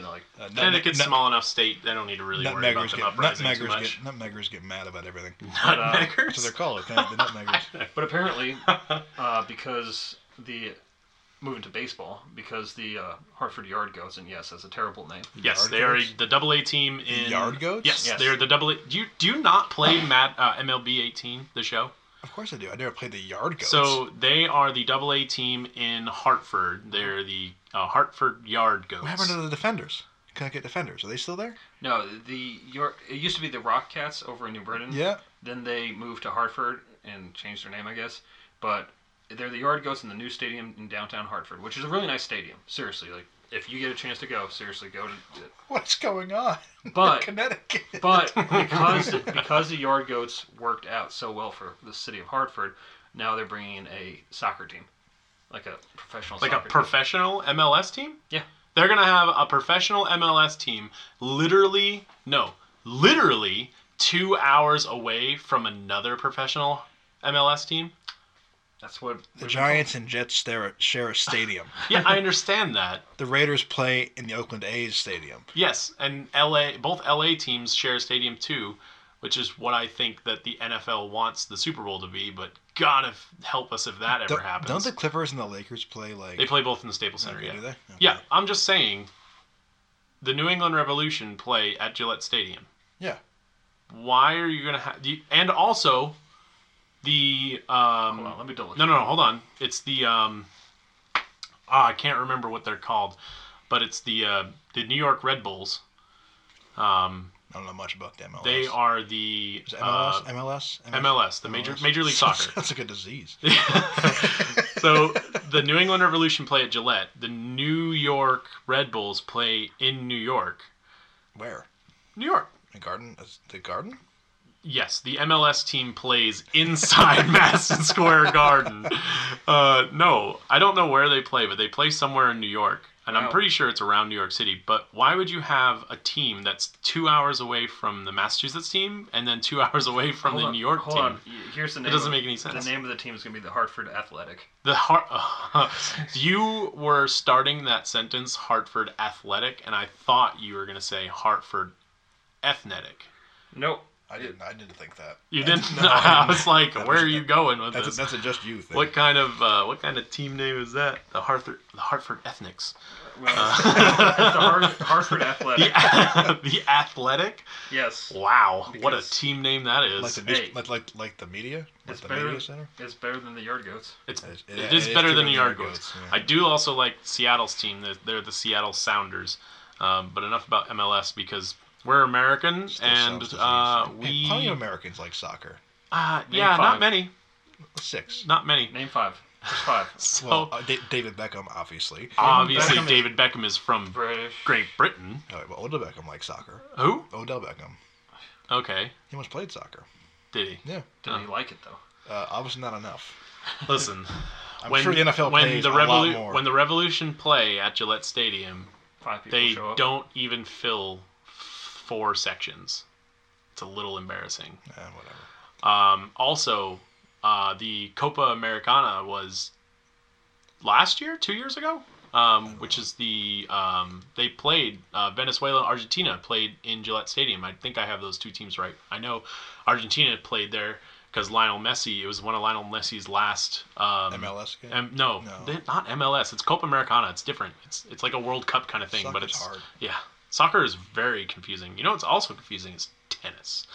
know, like Uh, nut- Connecticut's nut- small enough state. They don't need to really worry about Nutmeggers them get, uprising too nutmeggers, much. get, nutmeggers get mad about everything. That's what they're Nutmeggers. called. kind of, the nutmeggers. But apparently, uh, because the moving to baseball, because the uh, Hartford Yard goes, and yes, that's a terrible name. yes, Yard they are goats? the double A team in Yard goats? Yes, Yes. they're the double A. Do you do you not play Matt uh, MLB 18 the show? Of course I do. I never played the yard goats. So they are the double A team in Hartford. They're the uh, Hartford Yard Goats. what happened to the defenders? Connecticut defenders? Are they still there? No, the York. It used to be the Rock Cats over in New Mm. Britain. Yeah. Then they moved to Hartford and changed their name, I guess. But they're the Yard Goats in the new stadium in downtown Hartford, which is a really nice stadium. Seriously, like if you get a chance to go, seriously go to it. What's going on? in But- Connecticut. But because because the Yard Goats worked out so well for the city of Hartford, now they're bringing in a soccer team, like a professional like a soccer professional MLS team? Yeah. They're going to have a professional MLS team literally, no, literally two hours away from another professional MLS team. team. That's what the Giants and Jets share a- share a stadium. Yeah, I understand that. The Raiders play in the Oakland A's stadium. Yes, and LA, both LA teams share a stadium too, which is what I think that the NFL wants the Super Bowl to be, but God if, help us if that ever Don't- happens. Don't the Clippers and the Lakers play like? they play both in the Staples Center, Okay, yeah. do they? Yeah, I'm just saying the New England Revolution play at Gillette Stadium. Yeah. Why are you going to have and also the um Hold on, let me double. No, no, no, hold on. It's the um ah, I can't remember what they're called, but it's the uh the New York Red Bulls. Um I don't know much about the MLS. they are the Is it MLS? uh, MLS? MLS, the Major MLS? Major League Soccer. That's like a disease. so the New England Revolution play at Gillette. The New York Red Bulls play in New York. Where? New York. The garden? Is The garden? Yes, the MLS team plays inside Madison Square Garden. Uh, no, I don't know where they play, but they play somewhere in New York, and I'm Wow. pretty sure it's around New York City. But why would you have a team that's two hours away from the Massachusetts team and then two hours away from hold the on, New York hold team? on. Y- Here's the name. doesn't of- make any sense. The name of the team is going to be the Hartford Athletic. The Har- you were starting that sentence Hartford Athletic, and I thought you were gonna say Hartford Ethnetic. Nope. I didn't. I didn't think that. You That's- didn't. no, I didn't. was like, That where was- are you going with That's a, this? that's a just you thing. what kind of uh, what kind of team name is that? The Hartford the Hartford Ethnics. Well, it's the Har- Hartford Athletic. The, the Athletic. Yes, Wow, what a Because- team name that is. Like the news, Hey. like, like like the media, like It's the better- media center. it's better than the Yard Goats. it's It is- it- it it is is better true than the of the Yard Yard Goats. Goats, yeah. I do also like Seattle's team. They're, they're the Seattle Sounders. Um, but enough about MLS because we're American Still and sounds uh, diseased. Hey, we plenty of Americans like soccer. uh, Name yeah not five. many Six. not many. Name five. There's five. So Well, uh, Da- David Beckham, obviously. obviously Beckham is- David Beckham is from British. Great Britain. No, but Odell Beckham likes soccer. Who? Odell Beckham. Okay, He once played soccer. did he? Yeah. Did he like it though? Uh, obviously not enough. Listen. I'm sure the NFL pays a revolu- lot more. When the Revolution play at Gillette Stadium, Five people they show up. don't even fill f- four sections. It's a little embarrassing. Eh, whatever. Um, also, uh, the Copa Americana was last year, two years ago, um, which is the um, they played uh, Venezuela, and Argentina played in Gillette Stadium. I think I have those two teams right. I know Argentina played there because Lionel Messi. It was one of Lionel Messi's last um, MLS game. M- no, No. they- not MLS. It's Copa Americana. It's different. It's it's like a World Cup kind of thing, but Soccer's it's hard. yeah. Soccer is very confusing. You know what's also confusing is tennis.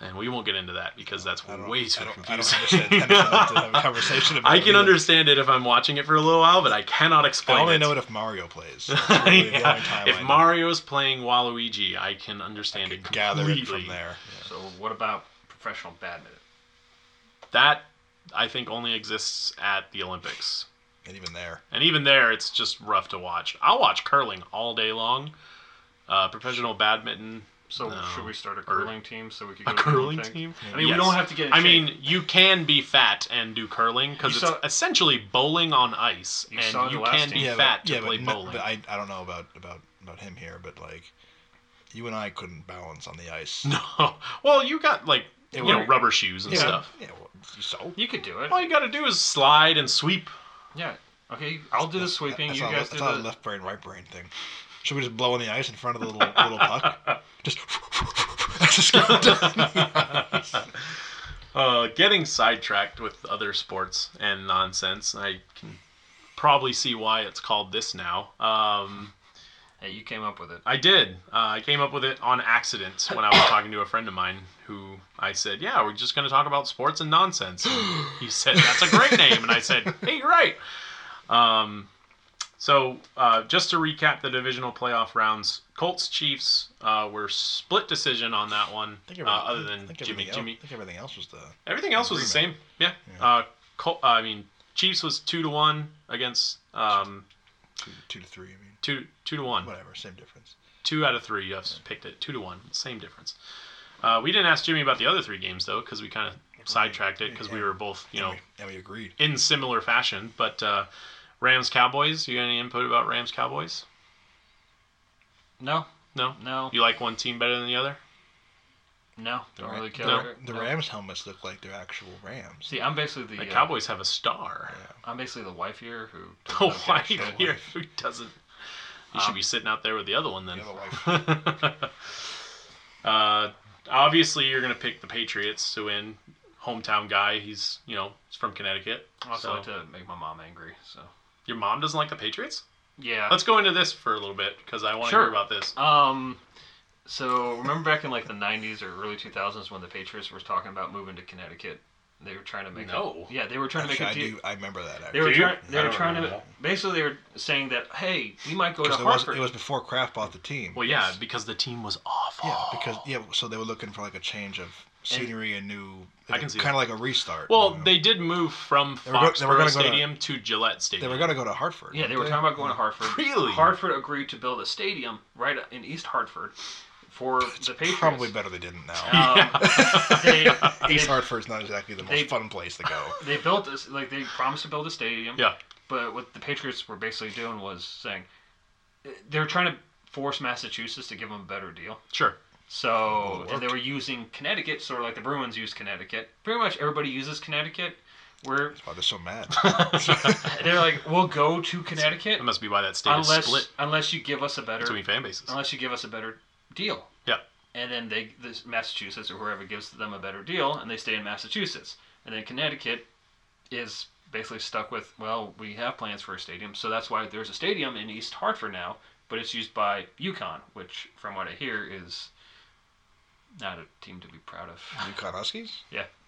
And we won't get into that because that's I don't- way too I don't, I don't confusing. understand tennis enough to have a conversation about I it can either. understand it if I'm watching it for a little while, but I cannot explain I only it. know it if Mario plays. That's really the Yeah. only time I If know. Mario's playing Waluigi, I can understand could it gather completely. it from there. Yeah. So what about professional badminton? That I think only exists at the Olympics. And even there, And even there, it's just rough to watch. I'll watch curling all day long. Uh, professional badminton. So No. should we start a Or- curling team so we could A go to the curling Olympic? team? I mean, Yes. we don't have to get. In I shape. mean, you can be fat and do curling because You it's saw- essentially bowling on ice, You saw and the you last can be team. yeah, fat but, to yeah, play but, no- bowling. but I, I don't know about, about about him here, but like, you and I couldn't balance on the ice. no, well, you got like you It know worked. rubber shoes and yeah, stuff. Yeah, well, so you could do it. All you got to do is slide and sweep. Yeah. Okay, I'll do the sweeping. That's you not, guys that's do not the. a left brain, right brain thing. Should we just blow on the ice in front of the little little puck? Just just get it done. Uh, getting sidetracked with other sports and nonsense. I can probably see why it's called this now. Um, Hey, you came up with it. I did. Uh, I came up with it on accident when I was talking to a friend of mine who I said, "Yeah, we're just going to talk about sports and nonsense." And he said, "That's a great name," and I said, "Hey, you're right." Um, so uh, just to recap the divisional playoff rounds, Colts Chiefs uh, were split decision on that one. I think Uh, everything- other I than think Jimmy, everything else- Jimmy, I think everything else was the. everything else was the same. Agreement. Yeah. Yeah. Uh, Col- uh, I mean, Chiefs was two to one against um, two, two to three. I mean, two two to one. whatever, same difference. Two out of three you have picked it. Two to one. Same difference. Uh, we didn't ask Jimmy about the other three games, though, because we kind of sidetracked it because we were both, you know, and we, and we agreed. in similar fashion. But uh, Rams Cowboys, you got any input about Rams Cowboys? No, No? no, You like one team better than the other? no. Don't really care. No. The No. Rams helmets look like they're actual Rams. See, I'm basically the. The uh, Cowboys have a star. I'm basically the wife here who. Oh, doesn't why have you cash. here? Who doesn't? You should Um, be sitting out there with the other one then. The other uh, obviously, you're going to pick the Patriots to win. Hometown guy. He's, you know, he's from Connecticut. I also so- like to make my mom angry. So. Your mom doesn't like the Patriots? Yeah. Let's go into this for a little bit because I want to Sure. hear about this. Um, so remember back in like the '90s or early 2000s when the Patriots were talking about moving to Connecticut? They were trying to make. No. A, yeah, they were trying Actually, to I make a do. deal. I remember that. They Actually. were Do you? trying. They I were don't trying to. remember Basically, they were saying that hey, we might go to Because it was, Hartford. it was before Kraft bought the team. Well, yeah, because the team was awful. Yeah, because yeah, so they were looking for like a change of scenery and, new. I can see kind of like a restart. well, you know? they did move from They were go- Foxborough they were gonna go to- Stadium to, Gillette they Stadium. were gonna go to Hartford. Yeah, they were weren't talking about going to Hartford. Really? Hartford agreed to build a stadium right in East Hartford for the Patriots. Probably better they didn't now. Um, they, they, East Hartford's not exactly the most they- fun place to go. they built this like they promised to build a stadium. Yeah. But what the Patriots were basically doing was saying they were trying to force Massachusetts to give them a better deal. Sure. So Well, it and they worked. were using Connecticut, sort of like the Bruins use Connecticut. Pretty much everybody uses Connecticut. We're That's why they're so mad. they're like we'll go to Connecticut That must be why that state is unless split. unless you give us a better Too many fan bases. unless you give us a better deal. Yeah. and then they this Massachusetts or whoever gives them a better deal, and they stay in Massachusetts. And then Connecticut is basically stuck with, well, we have plans for a stadium, so that's why there's a stadium in East Hartford now, but it's used by UConn, which, from what I hear, is not a team to be proud of. UConn Huskies?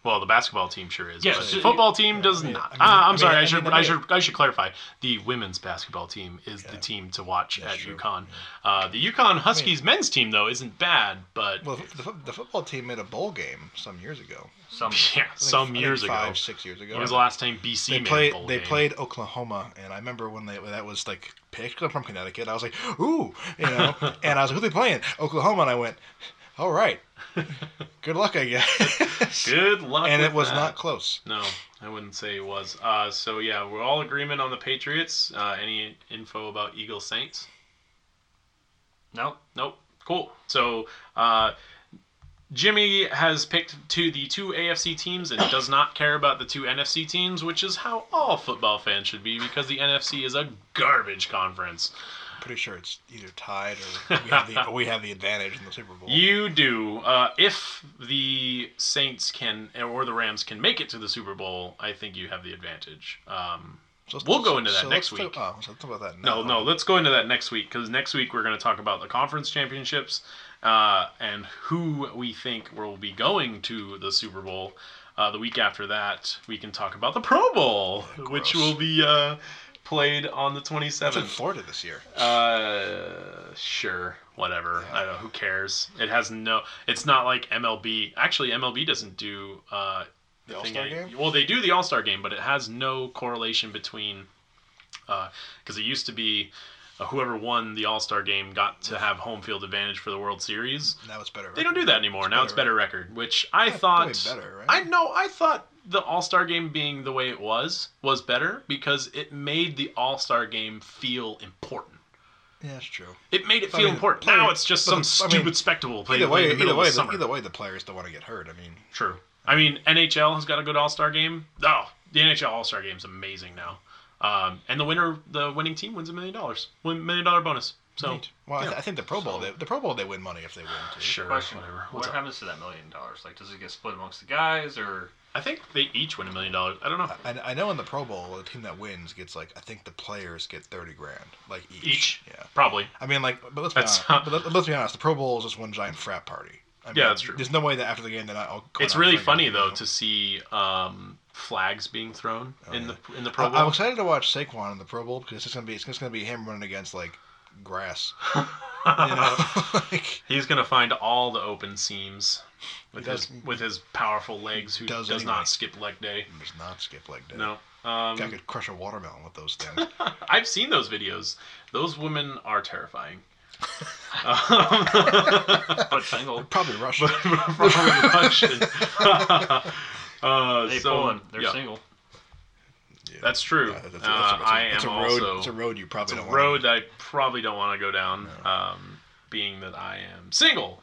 Well, the basketball team sure is. Yes, but so- the football team does I mean- not. I mean- ah, I'm I mean- sorry. I I mean, should. I I mean- should. I should clarify. The women's basketball team is the Yeah. team to watch That's at true. UConn. Uh, the UConn Huskies men's team though isn't bad, but Well, the, fo- the football team made a bowl game some years ago. yeah, Some I think- I some think years ago. five, six years ago. When was the last time BC they made a played. bowl They game? played Oklahoma, and I remember when they when that was like picked. 'cause I'm from Connecticut. I was like, ooh, you know, and I was like, who they playing? Oklahoma, and I went, all right, good luck, I guess. Good luck. and with it was that. not close. No, I wouldn't say it was. Uh, so yeah, we're all agreement on the Patriots. Uh, any info about Eagle Saints? no. Nope. Cool. So uh, Jimmy has picked to the two AFC teams and does not care about the two NFC teams, which is how all football fans should be because the NFC is a garbage conference. I'm pretty sure it's either tied or we have the, we have the advantage in the Super Bowl. You do. Uh, if the Saints can or the Rams can make it to the Super Bowl, I think you have the advantage. Um, So let's- we'll go into that next let's week. Talk, oh, so let's talk about that. No, now. no. Let's go into that next week because next week we're going to talk about the conference championships uh, and who we think will be going to the Super Bowl. Uh, the week after that, we can talk about the Pro Bowl, which gross. will be uh, played on the It's in 27th. Florida this year. Uh, sure, whatever. I don't. Who cares? It has no. It's not like MLB. Actually, MLB doesn't do uh, The thing All-Star any- game? Well, they do the All Star game, but it has no correlation between. Because it used to be, uh, whoever won the All Star game got to have home field advantage for the World Series. Now it's better. They don't do that anymore. It's now better, it's better record, which I thought. probably better, right? I know. I thought the All Star game being the way it was was better because it made the All Star game feel important. Yeah, that's true. It made it I feel mean, important. player- Now it's just some but the- I mean, stupid spectacle played Either way, in the middle either way, of the, summer. either way, the players don't want to get hurt. I mean, True. I mean, NHL has got a good All Star game. Oh, the NHL All Star game is amazing now. Um, and the winner, the winning team, wins a million dollars, Win- million dollar bonus. So Neat. well, I, yeah. th- I think the Pro Bowl, they, the Pro Bowl, they win money if they win. Too. sure, Question. whatever. What What's up? happens to that million dollars? Like, does it get split amongst the guys, or I think they each win a million dollars. I don't know. I, I know in the Pro Bowl, the team that wins gets like I think the players get thirty grand, like each. Each, Yeah. probably. I mean, like, but let's be That's- honest. but let, us be honest. The Pro Bowl is just one giant frat party. I mean, that's true. There's no way that after the game they're not all. going it's out really drinking, funny you though know? to see um, flags being thrown in the in the Pro I, Bowl. I'm excited to watch Saquon in the Pro Bowl because it's just gonna be it's just gonna be him running against like grass. You know, like He's gonna find all the open seams with He his does- with his powerful legs. Who does, does anyway. not skip leg day? he does not skip like that. No. Um, I could crush a watermelon with those things. I've seen those videos. Those women are terrifying. Um, but single? Probably Russian. from Russian. uh, Hey, so, Poland, they're yeah, single. Yeah. That's true. Yeah, that's- that's- Uh, that's I that's am road, also. It's a road you probably it's don't a wanna- road that I probably don't want to go down, um, being that I am single,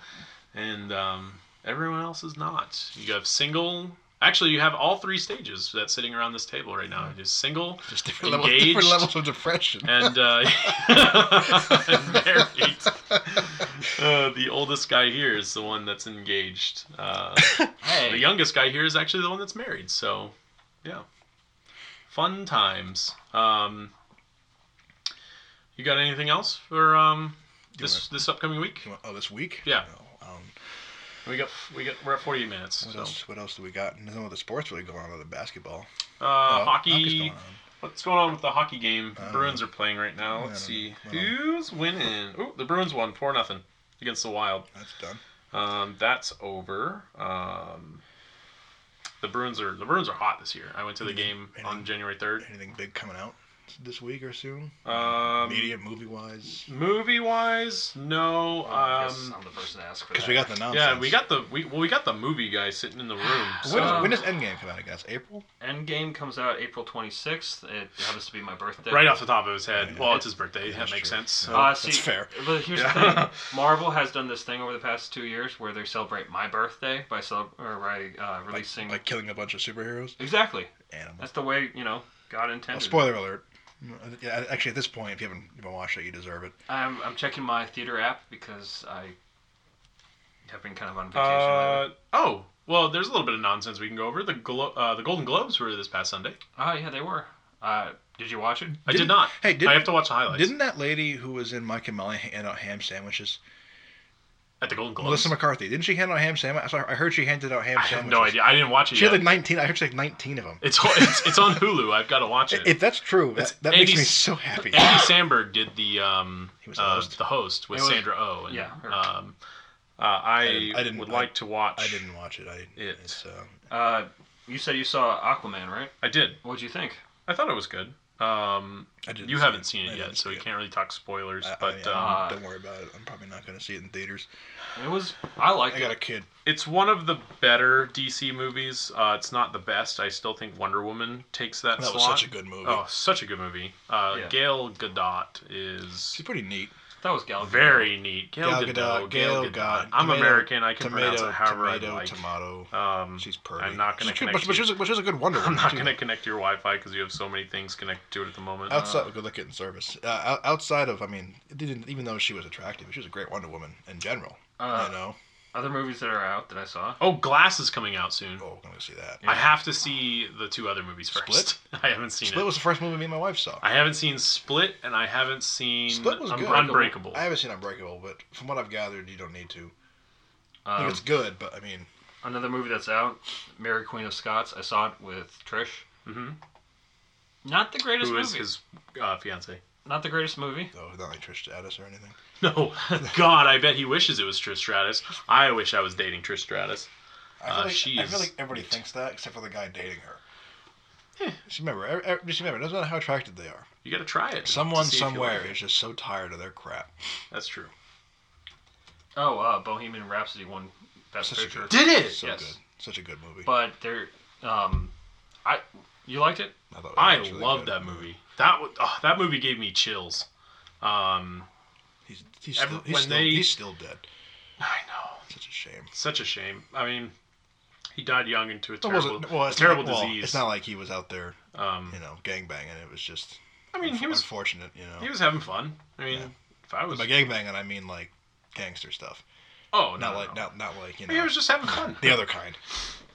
and um, everyone else is not. You have single. Actually, you have all three stages that's sitting around this table right now. Just single, Just different, levels, different Engaged. levels of depression. and uh, and married. Uh, the oldest guy here is the one that's engaged. Uh, Hey, the youngest guy here is actually the one that's married. So, yeah, fun times. Um, you got anything else for um, you this this upcoming week? Oh, this week? Yeah. No, um, We got we got we're at 48 minutes. what So uh, else? What else do we got? Nothing with the sports really going on other than basketball. Oh, hockey's Uh, hockey. going on. What's going on with the hockey game? I don't Bruins are playing right now. Let's I don't see know. Well- who's winning. Ooh, the Bruins won four nothing against the Wild. That's done. Um, that's over. Um, the Bruins are the Bruins are hot this year. I went to the game on January third. Anything big coming out this week or soon? Um, Media, movie wise. Movie wise, no. well, I guess Um, I'm the person to ask for Because that. we got the nonsense. yeah, we got the we well, we got the movie guy sitting in the room. When, So. does, Um, when does Endgame come out again? That's April. Endgame comes out April 26th. It happens to be my birthday. Right off the top of his head. Yeah. Well, it's his birthday. that That's makes true. sense. So. Uh, That's see, fair. But here's Yeah. the thing: Marvel has done this thing over the past two years where they celebrate my birthday by celeb- or by uh, Like, releasing. like killing a bunch of superheroes. exactly. Animals. That's the way you know God intended. Well, it. spoiler alert. Mm, Yeah, actually, at this point, if you haven't, you haven't watched it, you deserve it. I'm, I'm checking my theater app because I have been kind of on vacation. lately. Uh, oh, well, there's a little bit of nonsense we can go over. The Glo- uh, the Golden Globes were this past Sunday. Oh yeah, they were. Uh, did you watch it? I did Didn't- not. hey, didn't- I have to watch the highlights. Didn't that lady who was in Mike and Melly hand out ham sandwiches? at the Golden Globes. Melissa McCarthy. Didn't she hand out ham sandwiches? I heard she handed out ham I have sandwiches. no idea. I didn't watch it She yet. had like 19. I heard she had like 19 of them. It's, it's it's on Hulu. I've got to watch it. If that's true, that, It's that makes me 80s so happy. Andy Samberg did the um He was the uh, host. the host with It was- Sandra Oh. And, yeah, her. Um, uh, I, didn't- I didn't- would I- like to watch. I didn't watch it. I didn't. It. It's, uh, Uh, you said you saw Aquaman, right? I did. What'd you think? I thought it was good. Um, I didn't you see haven't seen I it didn't yet, so see we it. can't really talk spoilers. I- I- but yeah, um, uh, don't worry about it. I'm probably not going to see it in theaters. It was. I liked I got a it. kid. it's one of the better DC movies. Uh, it's not the best. I still think Wonder Woman takes that, That slot. was such a good movie. Oh, such a good movie. Uh, Yeah. Gail Gadot is She's pretty neat. That was Gal. Gadot. very neat. Gail, Gal Gadot. Gadot, Gail Gail Gadot. Gadot, I'm tomato- American. I can pronounce Tomato, it however tomato, I like. tomato. Um, She's pretty. I'm not gonna She's good, connect but, but you. she's a, but she's a good Wonder I'm Woman. not too. going to connect to your Wi-Fi because you have so many things connected to it at the moment. Outside, good looking service. Uh, out- outside of, I mean, it didn't, even though she was attractive, she was a great Wonder Woman in general. Uh, you know, Other movies that are out that I saw. oh, Glass is coming out soon. oh, I'm gonna see that. I have to see the two other movies first. I haven't seen Split it. was the first movie me and my wife saw. I haven't seen Split, and I haven't seen Split was Un- good. Unbreakable. I haven't seen Unbreakable, but from what I've gathered, you don't need to. Like, Um, it's good, but I mean, another movie that's out, Mary Queen of Scots. I saw it with Trish. Mhm. Not the greatest Who movie. is his uh, fiance? Not the greatest movie. though, not like Trish Stratus or anything. No, God, I bet he wishes it was Trish Stratus. I wish I was dating Trish Stratus. I feel, Uh, like, she I feel is like everybody neat. thinks that except for the guy dating her. Just remember, ev- ev- just remember, it doesn't matter how attractive they are. You got to try it. to Someone see if you somewhere like it. is just so tired of their crap. That's true. Oh, uh, Bohemian Rhapsody won Best Such a Picture. good- Did it? So Yes. good, such a good movie. But there, um, I you liked it? I, thought it was I actually love good. that movie. That w- oh, that movie gave me chills. Um, He's, he's, Every- still, he's, when still, they- he's still dead. I know. Such a shame. Such a shame. I mean, he died young into a It terrible, wasn't, well, a it's terrible not- well, disease. it's not like he was out there, um, you know, gangbanging. It was just I mean, he was unfortunate, you know. he was having fun. I mean, Yeah. if I was, By gangbanging, I mean like gangster stuff. oh no, Not no, like no. not not like you he know was just having fun. the other kind.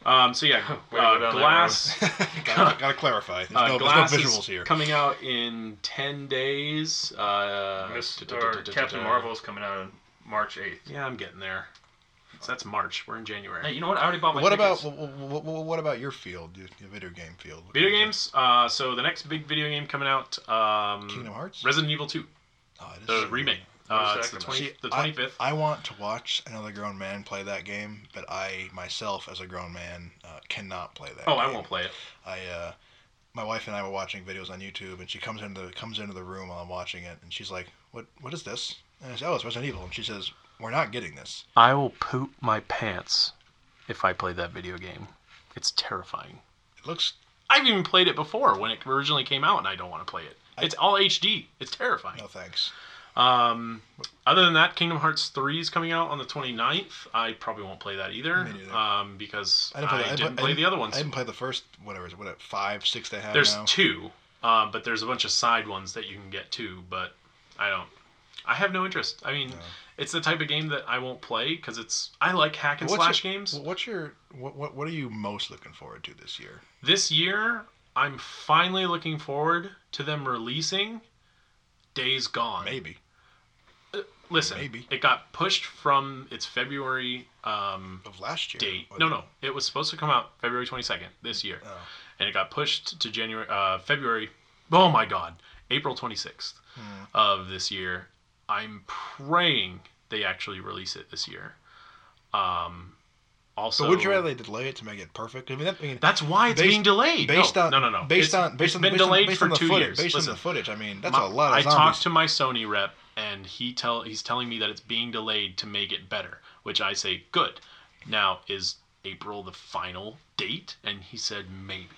Um, so yeah, Way to go uh, down that glass. gotta, gotta clarify. There's, Uh, no, glass there's no is visuals here. coming out in ten days. Uh, Miss, da- da- da- or da- da- Captain da. Marvel's coming out on March eighth. Yeah, I'm getting there. So that's March. We're in January. Hey, you know what? I already bought my What tickets. about what, what, what about your field, your, your video game field? Video games. Uh, so the next big video game coming out, um, Kingdom Hearts. Resident Evil 2, Oh, it is the so remake. good. Uh, What it's is the that 20, See, the I- 25th. I want to watch another grown man play that game, but I myself, as a grown man, uh, cannot play that. oh, I game. won't play it. I uh, my wife and I were watching videos on YouTube, and she comes into the comes into the room while I'm watching it, and she's like, "What what is this?" And I said, "Oh, it's Resident Evil." And she says, "We're not getting this." I will poop my pants if I play that video game. It's terrifying. It looks I've even played it before when it originally came out, and I don't want to play it. It's all HD. It's terrifying. no thanks. Um, other than that, Kingdom Hearts 3 is coming out on the 29th. I probably won't play that either, Me neither. Um, because I didn't play, that- the other ones. I didn't play the first whatever is it, what it- five six they have There's now. two, um, but there's a bunch of side ones that you can get too. But I don't. I have no interest. I mean, it's the type of game that I won't play because it's. I like hack and What's slash your- games. What's your what, what what are you most looking forward to this year? This year, I'm finally looking forward to them releasing Days Gone. Maybe Listen, Maybe. it got pushed from its February um, of last year. date. Or No, the- no, it was supposed to come out February 22nd this year, Oh. and it got pushed to January, uh, February. Oh my God, April 26th Hmm. of this year. I'm praying they actually release it this year. Um, also, But would you rather they delay it to make it perfect? I mean, that, I mean That's why it's Based- being delayed. based no, on no, no, no. based It's- on based it's on been based on- delayed based for on the two footage, years. Based Listen, on the footage, I mean, that's my- a lot of I zombies. talked to my Sony rep, and he tell he's telling me that it's being delayed to make it better, which I say good. Now is April the final date, and he said maybe,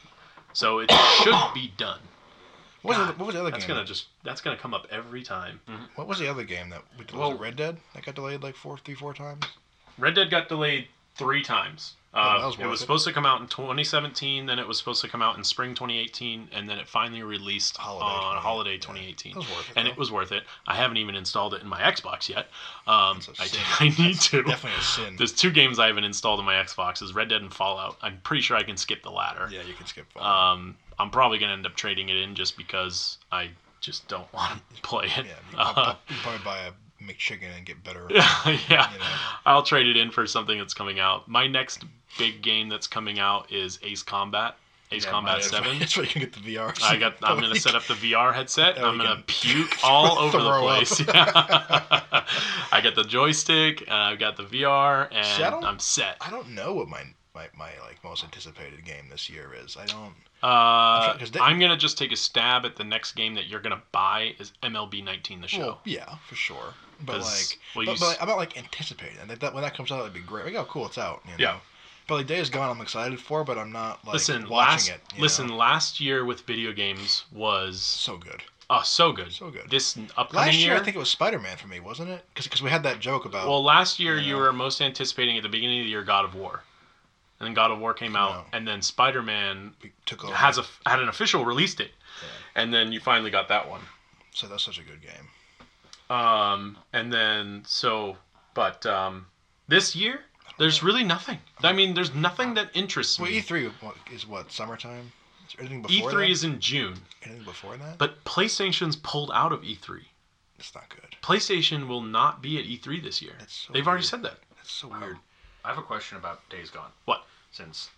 so it should be done. What was, the, God, what was the other That's game? gonna just that's gonna come up every time. What was the other game that we was Well- it Red Dead that got delayed like four, three, four times? Red Dead got delayed three times. Uh, Oh, that was it worth was it. supposed to come out in 2017, then it was supposed to come out in spring 2018, and then it finally released Holiday on 2018, holiday yeah. 2018. That was worth it, and though. it was worth it. I haven't even installed it in my Xbox yet. Um, That's a I, sin. I need to. Definitely a sin. There's two games I haven't installed on my Xbox: is Red Dead and Fallout. I'm pretty sure I can skip the latter. yeah, you can skip. Fallout. Um, I'm probably gonna end up trading it in just because I just don't want to play it. yeah, you can, Uh, prob- you can probably buy a McChicken and get better. yeah. You know. I'll trade it in for something that's coming out. My next big game that's coming out is Ace Combat. Ace Yeah, Combat mine is- Seven. That's where you can get the VR. I got. I'm gonna set up the VR headset. That I'm we gonna can puke all over the throw up. place. Yeah. I got the joystick. And I've got the VR, and See, I don't- I'm set. I don't know what my my, my like most anticipated game this year is. I don't. Uh, sure- 'cause they- I'm gonna just take a stab at the next game that you're gonna buy is MLB 19 The Show. Well, yeah, for sure. But 'Cause- like, well, you but, but s- like, I'm not like anticipating and that, that when that comes out, it'd be great. Like, oh, cool, it's out. You know? Yeah. But like, Days Gone, I'm excited for, but I'm not like listen, watching last it. you listen, know? last year with video games was so good. oh so good. So good. This upcoming Last year, I think it was Spider Man for me, wasn't it? Because we had that joke about. Well, last year you Yeah. were most anticipating at the beginning of the year God of War, and then God of War came out, No. and then Spider Man we took over. has a had an official release date, and then you finally got that one. so that's such a good game. Um, and then so, but um, this year there's really nothing. I mean, there's nothing that interests Well, me. E3 wa- is what summertime. Is there anything before E3 that? E is in June, anything before that? but PlayStation's pulled out of E3. it's not good. PlayStation will not be at E3 this year. That's so They've already weird. said that. That's so Wow. weird. I have a question about Days Gone. What? Since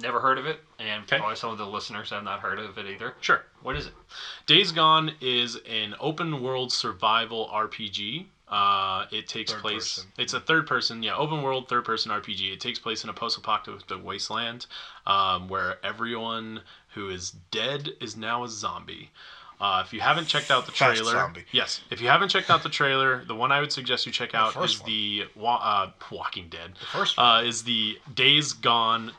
never heard of it, and Okay. probably some of the listeners have not heard of it either. Sure. What is it? Days Gone is an open world survival RPG. Uh, it takes Third place. person. It's a third person, yeah, open world third person RPG. It takes place in a post apocalyptic wasteland um, where everyone who is dead is now a zombie. Uh, if you haven't checked out the Fast trailer, zombie. yes, if you haven't checked out the trailer, the one I would suggest you check out first is one. the wa- uh, Walking Dead. The first one Uh, is the Days Gone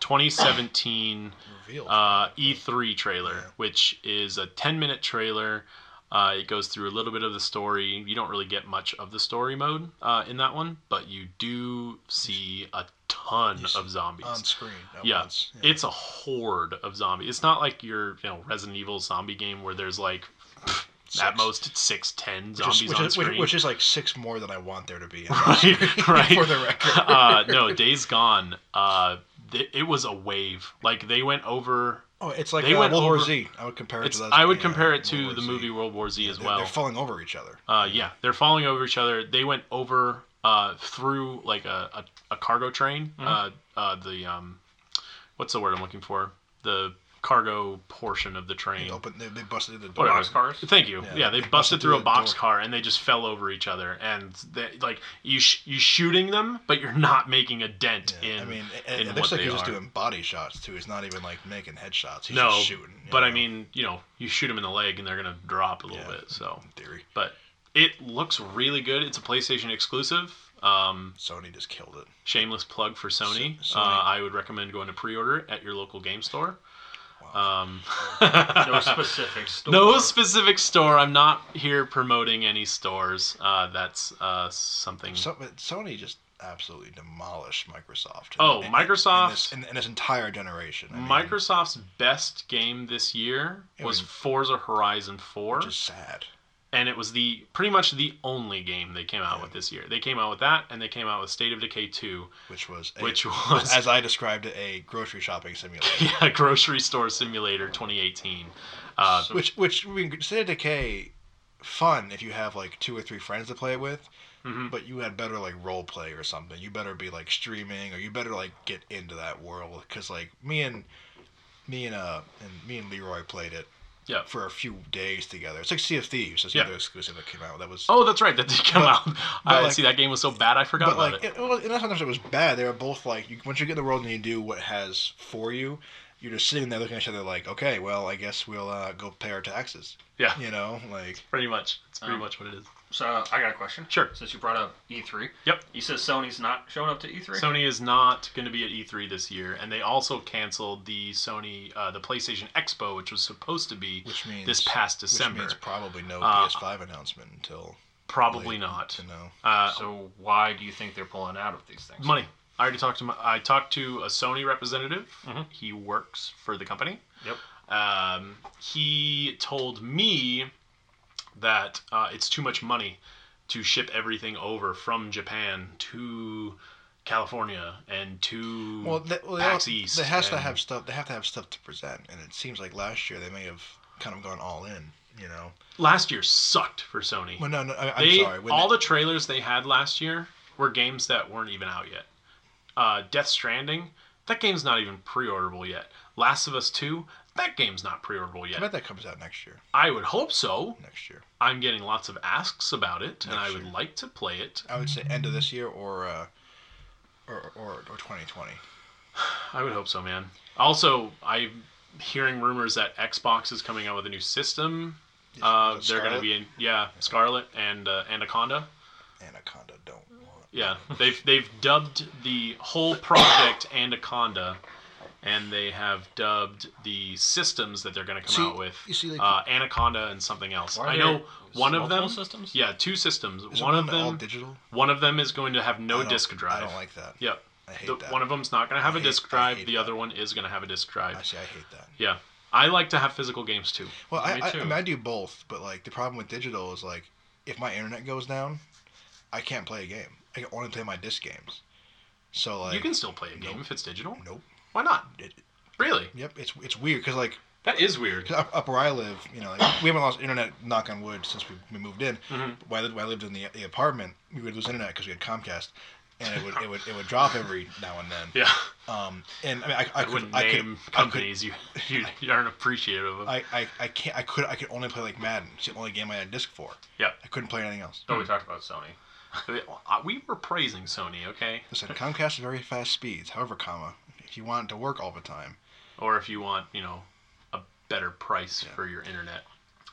2017 revealed. uh, E3 trailer, Yeah. which is a 10 minute trailer. Uh, it goes through a little bit of the story. You don't really get much of the story mode uh, in that one, but you do see a ton You see- of zombies. on screen. At yeah, Once. It's a horde of zombies. It's not like your you know Resident Evil zombie game where there's like at Six. most six ten Which is- zombies which on is, which- screen. which is like six more than I want there to be. right, right. For the record. uh, no, Days Gone. Uh, th- it was a wave. Like they went over oh, it's like They uh, went World War over- Z. I would compare it It's, to that. I would yeah, compare it World to War the Z. movie World War Z as They're- well. They're falling over each other. uh, yeah, they're falling over each other. They went over uh, through like a, a, a cargo train. Uh, uh, the um, what's the word I'm looking for? The cargo portion of the They train. open. They, they busted the door. Whatever. Boxcars? Thank you. Yeah, Yeah, they they busted, busted through a through the box door. car and they just fell over each other. And they, like you, sh- you shooting them, but you're not making a dent Yeah, in. I mean, it, in it what looks like they he's just are. doing body shots too. He's not even like making headshots. He's no, just shooting. you but I know, mean, you know, you shoot them in the leg and they're gonna drop a little Yeah. bit. So in theory, but it looks really good. It's a PlayStation exclusive. Um, Sony just killed it. shameless plug for Sony. S- Sony. Uh, I would recommend going to pre-order at your local game store. Wow. Um, No specific store. no specific store. I'm not here promoting any stores. Uh, that's uh, something. so, but Sony just absolutely demolished Microsoft. Oh, in- Microsoft- in this, in, in this entire generation. I mean, Microsoft's best game this year I was mean- Forza Horizon 4. which is sad. and it was the pretty much the only game they came out Yeah. with this year. They came out with that, and they came out with State of Decay 2, Which was a, which was as I described it, a grocery shopping simulator. yeah, grocery store simulator 2018. Uh, So- Which, which I mean, State of Decay, fun if you have like two or three friends to play it with. Mhm. But you had better like role play or something. You better be like streaming, or you better like get into that world. Cause like me and me and uh and me and Leroy played it. Yeah. For a few days together. It's like Sea of Thieves. That's Yeah. the other exclusive that came out. That was. oh, that's right, that did come But- out. I like- see that game was so bad I forgot But about like, it. it, it was, and that's not that it was bad. They were both like, you, once you get in the world and you do what it has for you, you're just sitting there looking at each other like, okay, well, I guess we'll uh, go pay our taxes. Yeah. You know, like Pretty much, it's pretty Um, much what it is. So I got a question. Sure. Since you brought up E E3. Yep. You said Sony's not showing up to E E3. Sony is not going to be at E3 this year, and they also canceled the Sony, uh, the PlayStation Expo, which was supposed to be which means this past which December. means probably no Uh, PS5 announcement until Probably late, not. You know, Uh, so why do you think they're pulling out of these things? money. I already talked to my, I talked to a Sony representative. Mm-hmm. Mhm. He works for the company. Yep. Um, he told me that uh, it's too much money to ship everything over from Japan to California and to Well, they, well, they, PAX all- East they has to and- have stuff. They have to have stuff to present, and it seems like last year they may have kind of gone all in. You know, last year sucked for Sony. well, no, no, I, I'm they, sorry. When all they- the trailers they had last year were games that weren't even out yet. Uh, Death Stranding, that game's not even pre-orderable yet. Last of Us 2, that game's not pre-orderable I yet. bet that comes out next year. I would hope so. Next year, I'm getting lots of asks about it, and I Next would year. like to play it. I would say end of this year or uh, or or, or 2020. I would hope so, man. Also, I'm hearing rumors that Xbox is coming out with a new system. Uh, they're going to Scarlet? be in, yeah, Scarlet and uh, Anaconda. Anaconda. Don't want. Yeah, they've they've dubbed the whole project Anaconda, and they have dubbed the systems that they're going to come See, out with you see, like, uh, Anaconda and something else. Are I there know one of multiple them. Systems? Yeah, two systems. Is it One of all them. digital. One of them is going to have I no don't- disk drive. I don't like that. Yep. I hate The, that. one of them's not going to have a hate- disk I drive. hate The that. other one is going to have a disk drive. I see. I hate that. Yeah, I like to have physical games too. Well, I, Me I, I, too. mean, I do both, but like the problem with digital is like if my internet goes down, I can't play a game. I can only play my disc games. So like, you can still play a game Nope. if it's digital. nope. Why not? It, Really? yep, it's it's weird because like That is weird. 'cause up, up where I live, you know, like, we haven't lost internet. Knock on wood since we, we moved in. Mhm. Where I lived, where I lived in the, the apartment, we would lose internet because we had Comcast, and it would it would it would drop every now and then. Yeah. Um, and I mean, I, I, I, could, wouldn't I could- name I could companies you, you you aren't appreciative of. I, I, I can't I could I could only play like Madden. It's the only game I had a disc for. Yeah. I couldn't play anything else. Oh, we talked about Sony. uh, we were praising Sony, okay? Listen, Comcast is very fast speeds. However, comma, if you want it to work all the time, Or if you want, you know, a better price for your internet.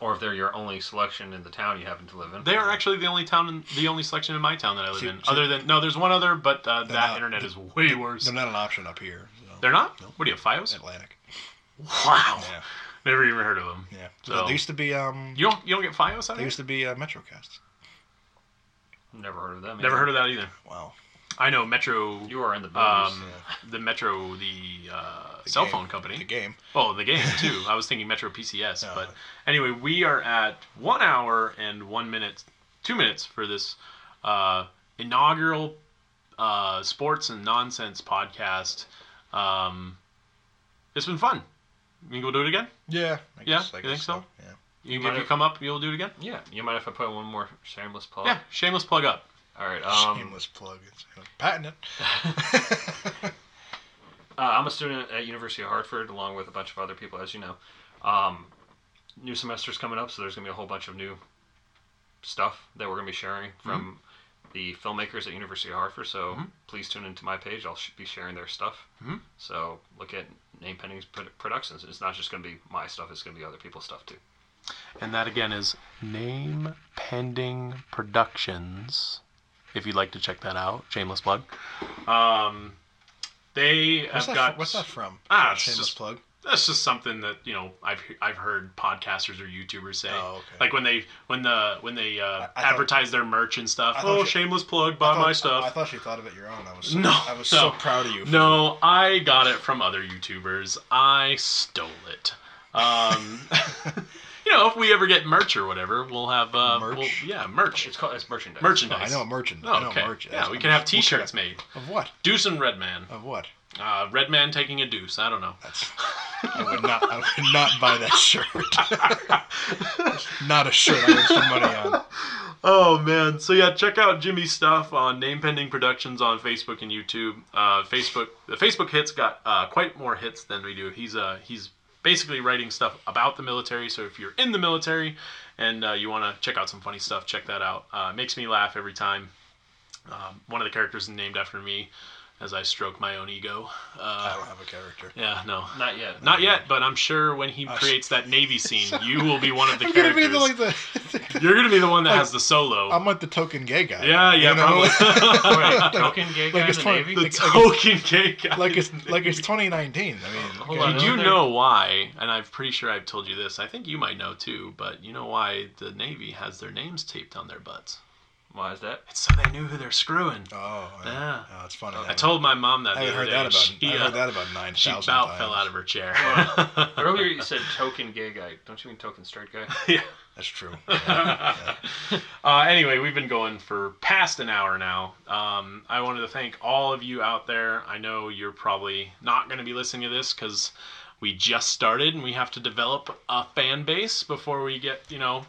Or if they're your only selection in the town you happen to live in. They are actually the only town, in, the only selection in my town that I live See- in. see- Other than no, there's one other, but uh, that They're not- internet is way worse. they're not an option up here. So. They're not. Nope. What are you, Fios? Atlantic. Wow. Yeah, Never even heard of them. yeah. So- they used to be um. You don't you don't get Fios out They here? used to be uh, Metrocast. Never heard of them. Never heard of that either. Wow. I know Metro. You are in the boonies. um, yeah. the Metro, the, uh, The cell game- phone company. The game. Oh, the game too. I was thinking Metro PCS, No. but anyway, we are at one hour and one minute, two minutes for this uh, inaugural uh, sports and nonsense podcast. Um, it's been fun. You think we'll do it again? Yeah. I Yeah, you think so? Yeah. You, might if you have- come up, you'll do it again. yeah. You mind if I put one more shameless Oh. plug? Yeah, shameless plug up. All right. Um, Shameless plug. It's, patent it. Uh, I'm a student at University of Hartford, along with a bunch of other people, as you know. Um, new semester's coming up, so there's going to be a whole bunch of new stuff that we're going to be sharing from the filmmakers at University of Hartford. So Mhm. please tune into my page. I'll sh- be sharing their stuff. Mhm. So look at Name Penning's produ- productions. It's not just going to be my stuff; it's going to be other people's stuff too. And that again is Name Pending Productions. If you'd like to check that out, shameless plug. Um, they have What's that, got fr- what's that from? Ah, it's shameless just- plug. that's just something that you know I've I've heard podcasters or YouTubers say. Oh, okay. Like when they when the when they uh, I thought- advertise their merch and stuff. I thought Oh, she- shameless plug, I buy thought- my I, I stuff. thought you thought of it your own. I was so, No, I was so no. proud of you. for no, I got it from other YouTubers. I stole it. Um, you know, if we ever get merch or whatever, we'll have uh, Merch? we'll- yeah, merch, It's called it's merchandise. No, I merchandise. know a merchant. Oh, I know okay. a merchant. Yeah, we can have T-shirts made. Of what? Deuce and Redman. Of what? Uh, Redman taking a deuce. I don't know. That's. I would not. I would not buy that shirt. not a shirt. I would spend money on. Oh man! So yeah, check out Jimmy's stuff on Name Pending Productions on Facebook and YouTube. Uh, Facebook, the Facebook hits got uh, quite more hits than we do. He's uh, he's basically writing stuff about the military. So if you're in the military and uh, you want to check out some funny stuff, check that out. Uh, it makes me laugh every time. Um, one of the characters is named after me, as I stroke my own ego. I Uh, don't have a character. yeah, no. Not yet. Not yet, but I'm sure when he I- creates that Navy scene, you will be one of the um, I'm gonna be characters. the, like the. You're gonna be the one that Like, has the solo. I'm like the token gay guy. yeah, you yeah, know? probably. Wait, token gay guy in it's the twenty- Navy? the like- token gay guy. Like it's like it's 2019. I mean, Hold okay. on. You do know why, and I'm pretty sure I've told you this. I think you might know too, but you know why the Navy has their names taped on their butts? Why is that? It's so they knew who they're screwing. Oh, yeah. Yeah. Oh, that's funny. I told my mom that. I the haven't other heard day. that about. She, I uh, heard that about nine She thousand about times. fell out of her chair. Earlier you said token gay guy. Don't you mean token straight guy? yeah. That's true. Uh, anyway, we've been going for past an hour now. Um, I wanted to thank all of you out there. I know you're probably not going to be listening to this because we just started and we have to develop a fan base before we get, you know,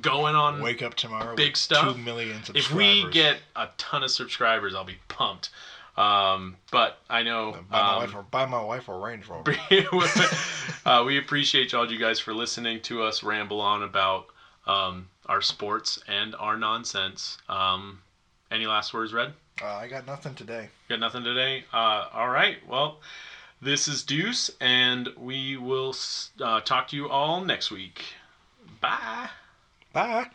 going on. Wake up tomorrow. Big with stuff. Two million if subscribers. we get a ton of subscribers, I'll be pumped. Um, but I know. buy my um, wife or buy my wife a Range Rover. uh, we appreciate all you guys for listening to us ramble on about um, our sports and our nonsense. Um, any last words, Red? Uh, I got nothing today. Got nothing today? Uh, all right. Well, this is Deuce, and we will s- uh, talk to you all next week. Bye. Bye.